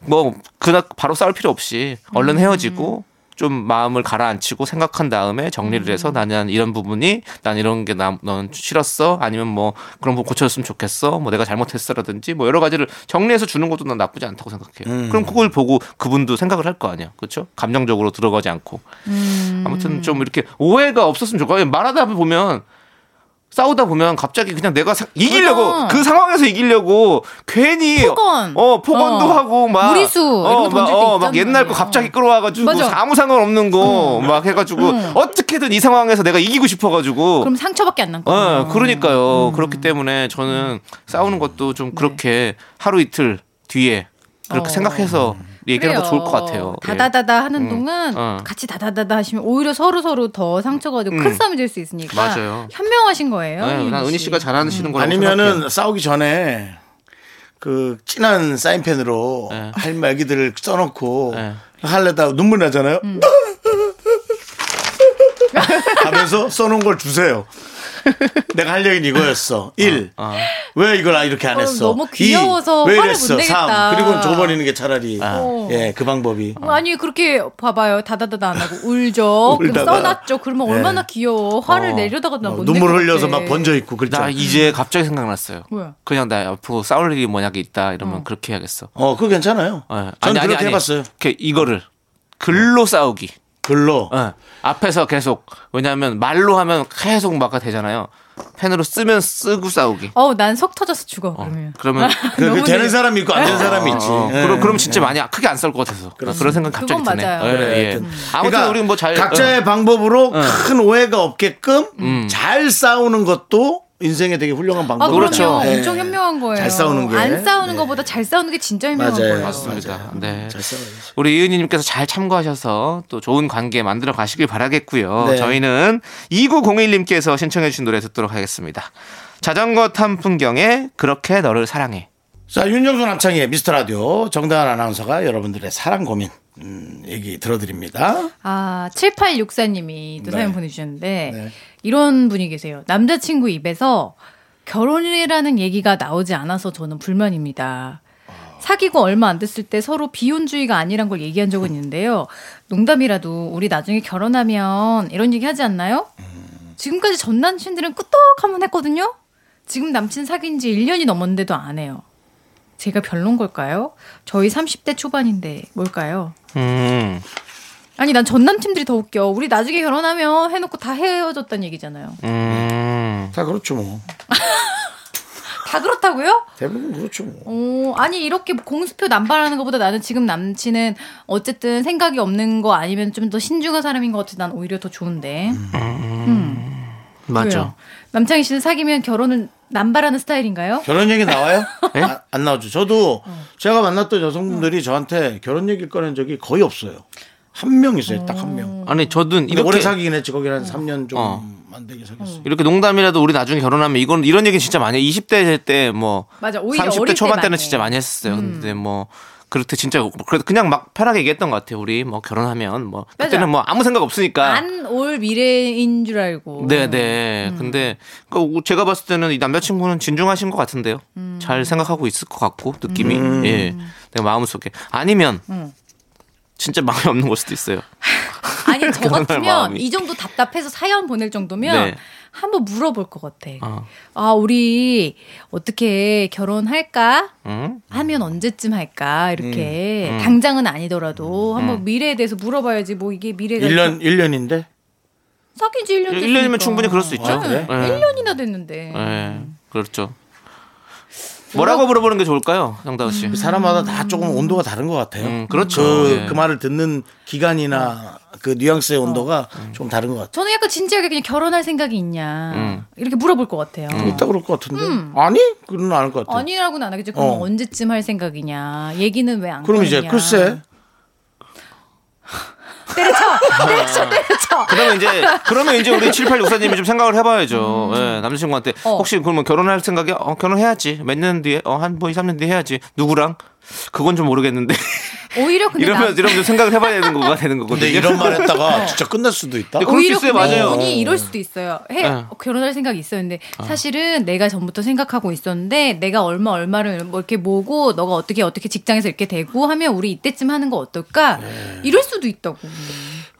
B: 뭐 그날 바로 싸울 필요 없이 얼른 헤어지고 좀 마음을 가라앉히고 생각한 다음에 정리를 해서 나는 이런 부분이 난 이런 게난 싫었어 아니면 뭐 그런 부분 고쳐줬으면 좋겠어 뭐 내가 잘못했어라든지 뭐 여러 가지를 정리해서 주는 것도 난 나쁘지 않다고 생각해요. 그럼 그걸 보고 그분도 생각을 할 거 아니야, 그렇죠? 감정적으로 들어가지 않고
E: 음.
B: 아무튼 좀 이렇게 오해가 없었으면 좋겠어요. 말하다 보면 싸우다 보면 갑자기 그냥 내가 사- 이기려고
E: 맞아.
B: 그 상황에서 이기려고 괜히
E: 폭언.
B: 어 폭언도
E: 어.
B: 하고 막
E: 무리수 이런 거
B: 막,
E: 던질 때
B: 어, 막
E: 있잖아요.
B: 옛날 거 갑자기 끌어와가지고
E: 맞아. 음.
B: 아무 상관없는 거 막 해가지고 어떻게든 이 상황에서 내가 이기고 싶어가지고
E: 그럼 음. 상처밖에 안 남고.
B: 어, 그러니까요. 그렇기 때문에 저는 싸우는 것도 좀 그렇게 하루 이틀 뒤에 그렇게
E: 어.
B: 생각해서 얘기하는 거 좋을 것 같아요. 예.
E: 다다다다 하는 동안
B: 어. 음.
E: 같이 다다다다 하시면 오히려 서로 서로 더 상처가 되고 큰 싸움이 될 수 있으니까.
B: 맞아요.
E: 현명하신 거예요.
B: 예, 난 은희 씨가 잘하시는 거라고
A: 음. 아니면은
B: 생각해요.
A: 싸우기 전에 그 진한 사인펜으로
B: 네.
A: 할 말기들을 써놓고
B: 네.
A: 할래다 눈물 나잖아요.
E: 음.
A: 하면서 써놓은 걸 주세요. 내가 할 얘기는 이거였어. 1. 왜 이걸 아, 이렇게 안
E: 어,
A: 했어?
E: 너무 귀여워서
A: 이, 왜
E: 화를 못
A: 이랬어?
E: 내겠다.
A: 3. 그리고 줘버리는 게 차라리.
E: 어.
A: 예, 그 방법이.
E: 아니 그렇게 봐봐요 다다다다 안 하고 울죠 그럼
A: 울다가.
E: 써놨죠 그러면
B: 네.
E: 얼마나 귀여워 화를 내려다가 나
A: 어,
E: 못
A: 눈물
E: 내겠대.
A: 흘려서 막 번져 있고 그렇죠.
B: 나 이제 갑자기 생각났어요.
E: 뭐야?
B: 그냥 나 앞으로 싸울 일이 만약에 있다 이러면 그렇게 해야겠어.
A: 어, 그거 괜찮아요.
B: 예.
A: 저는 그렇게 해봤어요.
B: 이렇게 이거를 글로 싸우기.
A: 글로.
B: 예. 앞에서 계속 왜냐하면 말로 하면 계속 막 되잖아요. 펜으로 쓰면 쓰고 싸우기.
E: 어우 난 속 터져서 죽어 그러면
B: 그러면
A: 그, 그
E: 너무 네.
A: 되는
E: 내-
A: 사람이 있고 안 되는 사람이 있지.
B: 어,
A: 예.
B: 그럼 그럼 진짜 많이 크게 안 싸울 것 같아서 나 그런 생각 갑자기
E: 그건
B: 드네.
E: 맞아요.
B: 예,
A: 그래,
B: 예.
A: 하여튼.
B: 아무튼
A: 그러니까
B: 우리 뭐잘 어.
A: 각자의 방법으로 큰 오해가 없게끔
B: 음.
A: 잘 싸우는 것도 인생에 되게 훌륭한
E: 아
A: 방법이에요.
E: 그렇죠
B: 그렇죠.
E: 요
A: 네.
E: 엄청 현명한 거예요
A: 잘 싸우는 게.
E: 안 뭐. 싸우는 것보다 잘 싸우는 게 진짜 현명한
A: 맞아요.
E: 거예요
B: 맞습니다.
A: 맞아요.
B: 네.
A: 잘 싸워야지.
B: 우리 이은희님께서 잘 참고하셔서 또 좋은 관계 만들어 가시길 바라겠고요.
A: 네.
B: 저희는 2901님께서 신청해주신 노래 듣도록 하겠습니다. 자전거 탄 풍경에 그렇게 너를 사랑해.
A: 자, 윤정수 남창희의 미스터 라디오 정다은 아나운서가 여러분들의 사랑 고민 음, 얘기 들어드립니다.
E: 아 7864님이
A: 네.
E: 또 사연 보내주셨는데
A: 네.
E: 이런 분이 계세요 남자친구 입에서 결혼이라는 얘기가 나오지 않아서 저는 불만입니다 사귀고 얼마 안 됐을 때 서로 비혼주의가 아니란 걸 얘기한 적은 있는데요 농담이라도 우리 나중에 결혼하면 이런 얘기 하지 않나요? 지금까지 전 남친들은 끄떡 한번 했거든요 지금 남친 사귄 지 1년이 넘었는데도 안 해요 제가 별론 걸까요? 저희 30대 초반인데 뭘까요?
B: 음,
E: 아니 난 전 남친들이 더 웃겨. 우리 나중에 결혼하면 해놓고 다 헤어졌다는 얘기잖아요.
B: 음.
A: 다 그렇죠 뭐.
E: 다 그렇다고요?
A: 대부분 그렇죠 뭐.
E: 어, 아니 이렇게 공수표 남발하는 것보다 나는 지금 남친은 어쨌든 생각이 없는 거 아니면 좀 더 신중한 사람인 것 같아. 난 오히려 더 좋은데.
B: 음, 맞죠.
E: 왜요? 남창희 씨는 사귀면 결혼을 남발하는 스타일인가요?
A: 결혼 얘기 나와요? 아, 안 나오죠. 저도 제가 만났던 여성분들이 저한테 결혼 얘기를 꺼낸 적이 거의 없어요. 한 명 있어요, 딱 한 명.
B: 아니, 저든
A: 근데 오래
B: 이렇게,
A: 사귀긴 했지. 거기 한 3년 좀
B: 어.
A: 안 되게
E: 음.
A: 사귀었어요.
B: 이렇게 농담이라도 우리 나중에 결혼하면 이건 이런 얘기는 진짜 많이 해요. 20대 때 뭐,
E: 맞아, 오히려 어릴
B: 30대
E: 때
B: 초반 때는
E: 많이 음.
B: 진짜
E: 해요.
B: 많이 했었어요. 근데 뭐, 그렇게 진짜 그래도 그냥 막 편하게 얘기했던 것 같아요. 우리 뭐 결혼하면 뭐
E: 맞아.
B: 그때는 뭐 아무 생각 없으니까
E: 안 올 미래인 줄 알고.
B: 네네. 근데 그 제가 봤을 때는 이 남자친구는 진중하신 것 같은데요. 잘 생각하고 있을 것 같고 느낌이 예. 내 마음속에 아니면 진짜 마음이 없는 걸 수도 있어요.
E: 아니 아니 저
B: 그런
E: 같으면
B: 마음이.
E: 이 정도 답답해서 사연 보낼 정도면
B: 네.
E: 한번 물어볼 것 같아.
B: 어.
E: 아 우리 어떻게 결혼할까?
B: 응? 음.
E: 하면 언제쯤 할까? 이렇게 당장은 아니더라도 한번 미래에 대해서 물어봐야지. 뭐 이게 미래가
A: 1년, 1년인데?
E: 사귄 지 1년
B: 일- 일 년이면 충분히 그럴 수 있죠. 아, 네.
A: 그래?
E: 아, 네. 1년이나 됐는데.
B: 예, 그렇죠. 뭐라고 물어보는 게 좋을까요, 정다은 씨?
A: 사람마다
E: 음.
A: 다 조금 온도가 다른 것 같아요.
B: 음, 그렇죠.
A: 그,
B: 예.
A: 그 말을 듣는 기간이나
E: 음.
A: 그
E: 어.
A: 뉘앙스의 온도가 좀 다른 것 같아요.
E: 저는 약간 진지하게 그냥 결혼할 생각이 있냐
B: 음.
E: 이렇게 물어볼 것 같아요.
A: 있다 그럴 것 같은데. 아니? 그건 않을 것 같아요.
E: 음. 아니라고는 안 하겠죠. 그럼
A: 어.
E: 언제쯤 할 생각이냐. 얘기는 왜 안
A: 그럼
E: 꺼내냐.
A: 이제 글쎄.
E: 때려쳐, 때려쳐, 때려쳐.
B: 그러면 이제 그러면 이제 우리 7864님이 좀 생각을 해봐야죠. 예, 남자친구한테
E: 어.
B: 혹시 그러면 결혼할 생각이 어, 결혼해야지 몇 년 뒤에 어한뭐 2, 3년 뒤에 해야지 누구랑 그건 좀 모르겠는데
E: 오히려 근데
B: 이러면
E: 남-
B: 이러면 좀 생각을 해봐야 되는 거가 되는 거거든요.
A: 근데 이런 말 했다가 진짜 끝날 수도 있다.
B: 근데 네, 그럴 수
E: 오히려
B: 있어요,
E: 근데
B: 맞아요.
E: 이분이 이럴 수도 있어요. 해
B: 네.
E: 어, 결혼할 생각이 있었는데
A: 어.
E: 사실은 내가 전부터 생각하고 있었는데 내가 얼마 얼마를 뭐 이렇게 모고 너가 어떻게 어떻게 직장에서 이렇게 되고 하면 우리 이때쯤 하는 거 어떨까?
A: 네.
E: 이럴 수도 있다고.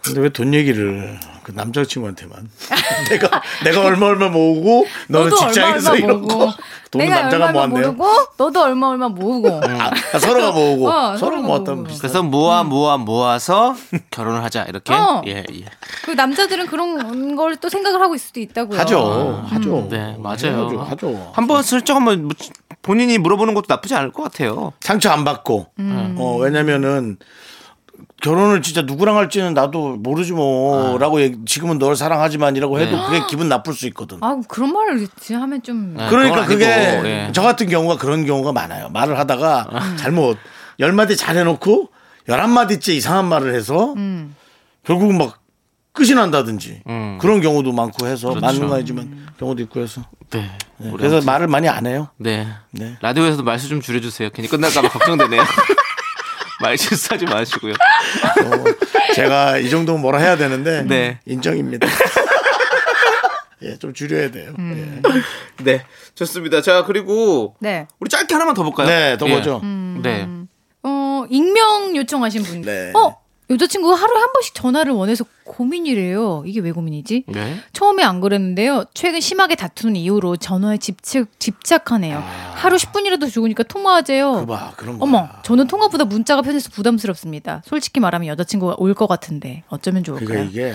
A: 근데 왜 돈 얘기를 그 남자친구한테만 내가 내가 얼마 얼마 모으고 너는
E: 너도
A: 직장에서
E: 얼마 얼마
A: 이렇고
E: 모으고
A: 돈은
E: 내가
A: 남자가
E: 얼마 얼마
A: 모았네요.
E: 모르고 너도 얼마 얼마 모으고
A: 아, 아, 서로가 모으고
E: 어,
A: 서로
E: 서로가
A: 모았다면
E: 모으고.
A: 비슷.
B: 그래서 모아 모아 모아서 결혼을 하자 이렇게
E: 음. 어.
B: 예 예.
E: 그 남자들은 그런 걸 또 생각을 하고 있을 수도
B: 그
E: 있다고요.
A: 하죠, 하죠. 음,
B: 네
A: 해야죠,
B: 맞아요.
A: 하죠.
B: 한번 슬쩍 한번 묻- 본인이 물어보는 것도 나쁘지 않을 것 같아요.
A: 상처 안 받고.
E: 음.
A: 어, 왜냐면은 결혼을 진짜 누구랑 할지는 나도 모르지
B: 아.
A: 뭐라고 얘기- 지금은 널 사랑하지만이라고 해도 그게 기분 나쁠 수 있거든.
E: 아 그런 말을 지금 하면 좀
B: 네,
A: 그러니까
B: 그건
A: 그게
B: 아니고, 예.
A: 저 같은 경우가 그런 경우가 많아요. 말을 하다가 잘못 열 마디 잘 해놓고 열한 마디째 이상한 말을 해서 결국은 막 끝이 난다든지 그런 경우도 많고 해서 맞는 말이지만 경우도 있고 해서
B: 네.
A: 네,
B: 우리
A: 그래서
B: 아무튼-
A: 말을 많이 안 해요.
B: 네.
A: 네.
B: 라디오에서도 말수 좀 줄여주세요. 괜히 끝날까봐 걱정되네요. 말 실수하지 마시고요.
A: 어, 제가 이 정도면 뭐라 해야 되는데
B: 네.
A: 인정입니다. 예, 좀 줄여야 돼요. 예.
B: 네. 좋습니다. 자, 그리고
E: 네.
B: 우리 짧게 하나만 더 볼까요?
A: 네, 더
B: 예.
A: 보죠.
B: 네.
E: 어, 익명 요청하신 분.
A: 네.
E: 어, 여자친구가 하루에 한 번씩 전화를 원해서 고민이래요. 이게 왜 고민이지?
B: 네.
E: 처음에 안 그랬는데요. 최근 심하게 다툰 이후로 전화에 집착, 집착하네요. 하루 10분이라도 좋으니까 통화하재요.
A: 아. 그봐 그런 거.
E: 어머, 저는 통화보다 문자가 편해서 부담스럽습니다. 솔직히 말하면 여자친구가 올 것 같은데 어쩌면
A: 그러니까
E: 좋을까요?
A: 이게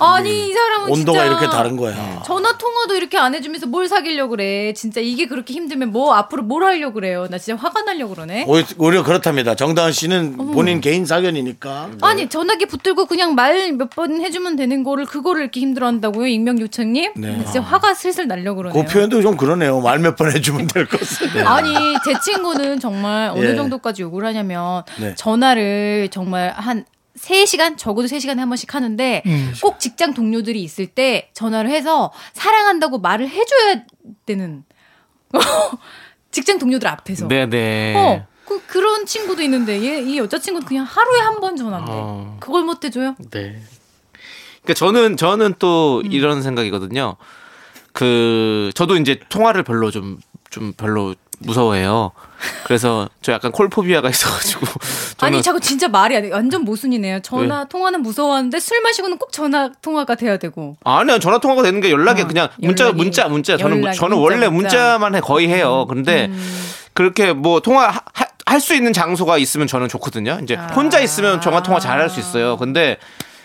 E: 아니 이 사람은
A: 온도가
E: 진짜 네.
A: 이렇게 다른 거야.
E: 전화 통화도 이렇게 안 해주면서 뭘 사귀려 그래? 진짜 이게 그렇게 힘들면 뭐 앞으로 뭘 하려 그래요? 나 진짜 화가 날려 그러네.
A: 오히- 오히려 그렇답니다. 정다은 씨는 본인 개인 사견이니까
E: 아니 전화기 붙들고 그냥 말 몇 번 해주면 되는 거를 그거를 이렇게 힘들어한다고요 익명 요청님?
A: 네.
E: 진짜 화가 슬슬 날려
A: 그
E: 그러네요.
A: 표현도 좀 그러네요. 말 몇 번 해주면 될 것을.
E: 아니 제 친구는 정말 어느
A: 예.
E: 정도까지 요구를 하냐면
A: 네.
E: 전화를 정말 한 3시간 적어도 3시간에 한 번씩 하는데 꼭 직장 동료들이 있을 때 전화를 해서 사랑한다고 말을 해줘야 되는 직장 동료들 앞에서
B: 네, 네.
E: 그렇죠. 어, 그, 그런 친구도 있는데 얘, 이 여자친구는 그냥 하루에 한 번 전화인데
B: 어.
E: 그걸 못해줘요?
B: 네. 그러니까 저는 저는 또
E: 음.
B: 이런 생각이거든요. 그 저도 이제 통화를 별로 좀 좀 별로 무서워해요. 그래서 저 약간 콜포비아가 있어가지고 저는
E: 아니 자꾸 진짜 말이 안 돼. 완전 모순이네요. 전화 통화는 무서워하는데 술 마시고는 꼭 전화 통화가 돼야 되고.
B: 아니요 전화 통화가 되는 게 연락이
E: 아,
B: 그냥 문자
E: 연락이.
B: 문자 문자 저는
E: 연락이,
B: 저는
E: 문자, 음.
B: 원래
E: 문자.
B: 문자. 만 해, 거의 해요 근데 그렇게 뭐 통화 할 수 있는 장소가 있으면 저는 좋거든요 이제
E: 아.
B: 혼자 있으면 전화 통화 잘 할 수 있어요 근데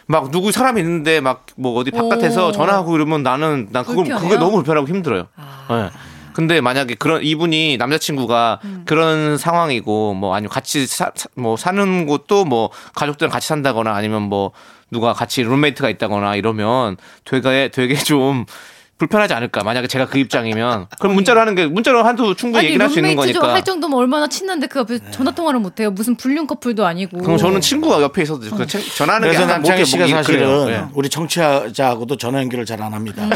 B: 막 누구 사람이 있는데 막 뭐 어디 바깥에서
E: 오.
B: 전화하고 이러면 나는 난 그거
E: 불편해요? 아.
B: 그게 너무 불편하고 힘들어요 예. 근데 만약에 그런 이분이 남자친구가
E: 음.
B: 그런 상황이고 뭐 아니면 같이 사, 사- 뭐 사는 곳도 뭐 가족들이랑 같이 산다거나 아니면 뭐 누가 같이 룸메이트가 있다거나 이러면 되게 되게 좀 불편하지 않을까 만약에 제가 그 입장이면 그럼 문자로 하는 게 문자로 한두 충분히 얘기를 할 수 있는
E: 네. 룸메이트죠.
B: 거니까
E: 할 정도면 얼마나 친한데 그
A: 네.
E: 앞에 전화 통화를 못 해요. 무슨 불륜 커플도 아니고.
B: 그럼 저는 친구가 옆에 있어도 그냥 체- 전화하는 게
A: 그래서
B: 약간
A: 남창희
B: 목에
A: 씨가
B: 목이
A: 사실은
B: 그래요. 예.
A: 우리 청취자하고도 전화 연결을 잘 안 합니다. 네,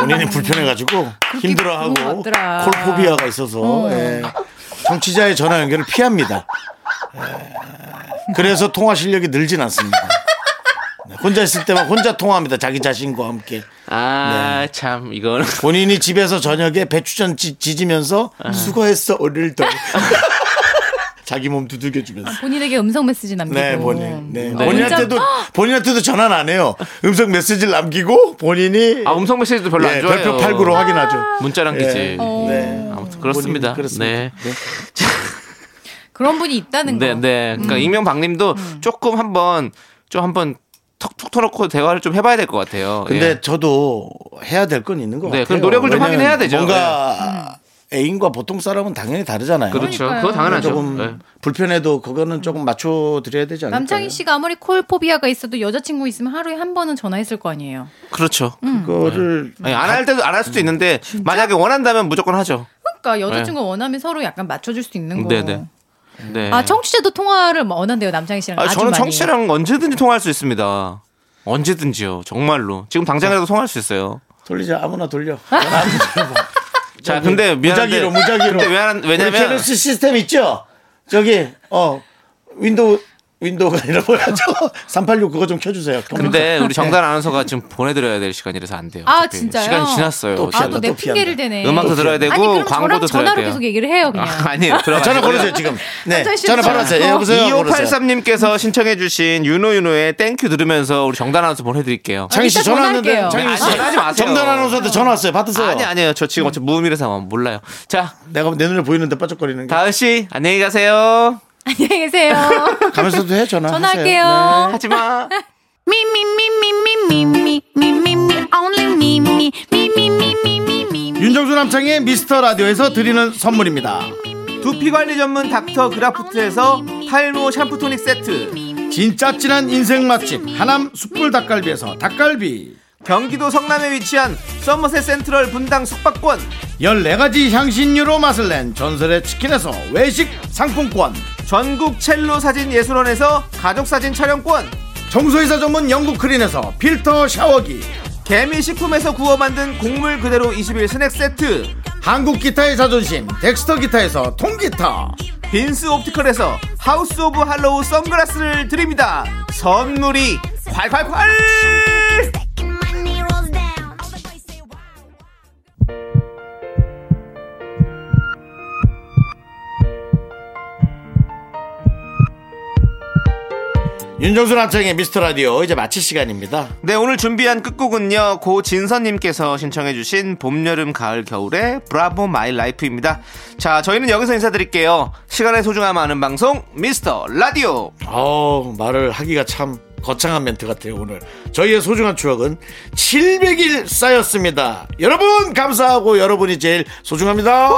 A: 본인이 불편해가지고 힘들어하고
E: 음. 그런 것 같더라. 음.
A: 콜포비아가 있어서 예. 청취자의 전화 연결을 피합니다. 예. 그래서 통화 실력이 늘진 않습니다. 네, 혼자 있을 때만 혼자 통화합니다. 자기 자신과 함께.
B: 아참 이거는
A: 본인이
B: 아.
A: 집에서 저녁에 배추전 지, 지면서 수고했어 오늘도 자기 몸 두들겨 주면서.
E: 본인에게 음성 메시지 남기고.
A: 네, 본인. 네.
B: 네.
A: 본인한테도 본인한테도 전화는 안 해요. 음성 메시지를 남기고 본인이
B: 아 음성 메시지도 별로
A: 예,
B: 안 좋아해요.
A: 별표 8구로 확인하죠.
B: 문자 남기지.
A: 예.
E: 어,
A: 네.
B: 아무튼 그렇습니다.
A: 본인이 그렇습니다.
B: 네.
E: 그런 분이 있다는 거.
B: 네, 네.
A: 음.
B: 그러니까 이명박님도
E: 음.
B: 조금 한번 좀 한번 턱툭 털어놓고 대화를 좀 해봐야 될 것 같아요.
A: 근데
B: 예.
A: 저도 해야 될 건 있는 것
B: 네,
A: 같아요.
B: 그럼 노력을 좀
A: 왜냐면
B: 하긴 해야 되죠. 예.
A: 뭔가 애인과 보통 사람은 당연히 다르잖아요.
B: 그렇죠.
E: 그러니까요.
B: 그거 당연하죠.
A: 조금
B: 네.
A: 불편해도 그거는 조금 맞춰 드려야 되지 않을까요?
E: 남창희 씨가 아무리 콜포비아가 있어도 여자친구 있으면 하루에 한 번은 전화했을 거 아니에요.
B: 그렇죠.
E: 음.
B: 예,
A: 그거를
B: 안 할 때도 안 할
A: 음.
B: 수도 있는데 만약에 원한다면 무조건 하죠.
E: 그러니까 여자친구가 원하면 서로 약간 맞춰줄 수 있는 거.
B: 네, 네. 네.
E: 아 청취자도 통화를 뭐 원한대요 남창희 씨랑.
B: 아,
E: 주
B: 저는
E: 많이.
B: 청취랑 언제든지 통화할 수 있습니다. 언제든지요. 정말로. 지금
A: 네.
B: 당장이라도 통화할 수 있어요.
A: 돌리자 아무나 돌려.
B: 자, 근데 미안한데
A: 무작위로 무작위로.
B: 근데 왜냐면
A: 우리
B: 왜냐면
A: KBS 시스템 있죠? 저기 어 윈도우 윈도우가 아니라 뭐야죠? 386 그거 좀 켜주세요.
B: 근데 우리 정단 아나운서가 지금 보내드려야 될 시간이라서 안 돼요.
E: 그러니까. 네. 아,
B: 어차피.
E: 진짜요?
B: 시간이 지났어요.
A: 또
B: 뭐 시간이.
A: 피한다,
E: 아또내
A: 또 피한다.
E: 핑계를 대네.
B: 음악도 들어야 되고
E: 아니 그럼
B: 광고도 들어야
E: 저랑 전화로
B: 돼요.
E: 계속 얘기를 해요 그냥.
B: 아, 아니에요. 들어가.
A: 전화 걸으세요 지금. 네
E: 남창희 씨
A: 전화
E: 전화.
A: 받았어요. 예, 여보세요. 걸으세요.
B: 2583님께서 신청해주신 윤호윤호의 땡큐 들으면서 우리 정단 아나운서 보내드릴게요.
A: 창희
E: 이따
A: 씨 전화 왔는데 창희
E: 전화할게요.
A: 씨
B: 아니, 하지 마세요.
A: 정단 아나운서한테 전화 왔어요. 받으세요.
B: 아니 아니에요. 저 지금 어차피 무음일의 상황 몰라요. 자,
A: 내가 내 눈에 보이는데 빠쩍거리는 게.
B: 다은 씨 안녕히 가세요.
E: 안녕히 계세요.
A: 가면서도 해 전화.
E: 전화할게요.
A: 아, 하세요. 네.
B: 하지 마.
G: Me, me, me, me, me, me, me, me, me, me, only me, me, me, me, me, me, me, me, me.
A: 네. 윤정수 남창의 미스터 라디오에서 드리는 선물입니다.
B: 두피 관리 전문 닥터 그라프트에서 탈모 샴푸 토닉 세트.
A: 진짜 진한 인생 맛집 하남 숯불 닭갈비에서 닭갈비.
B: 경기도 성남에 위치한 서머셋 센트럴 분당 숙박권.
A: 14가지 향신료로 맛을 낸 전설의 치킨에서 외식 상품권
B: 전국 첼로 사진 예술원에서 가족 사진 촬영권.
A: 청소이사 전문 영국 크린에서 필터 샤워기
B: 개미 식품에서 구워 만든 곡물 그대로 21 스낵 세트.
A: 한국 기타의 자존심 덱스터 기타에서 통기타
B: 빈스 옵티컬에서 하우스 오브 할로우 선글라스를 드립니다. 선물이 콸콸콸!
G: Taking my knee rolls down. All the boys say wow.
A: 윤정수 남창의 미스터 라디오 이제 마칠 시간입니다
B: 네, 오늘 준비한 끝곡은요. 고진선님께서 신청해주신 봄, 여름, 가을, 겨울의 브라보 마이 라이프입니다. 자, 저희는 여기서 인사드릴게요. 시간의 소중함 아는 방송, 미스터 라디오.
A: 어 말을 하기가 참 거창한 멘트 같아요 오늘 저희의 소중한 추억은 700일 쌓였습니다 여러분 감사하고 여러분이 제일 소중합니다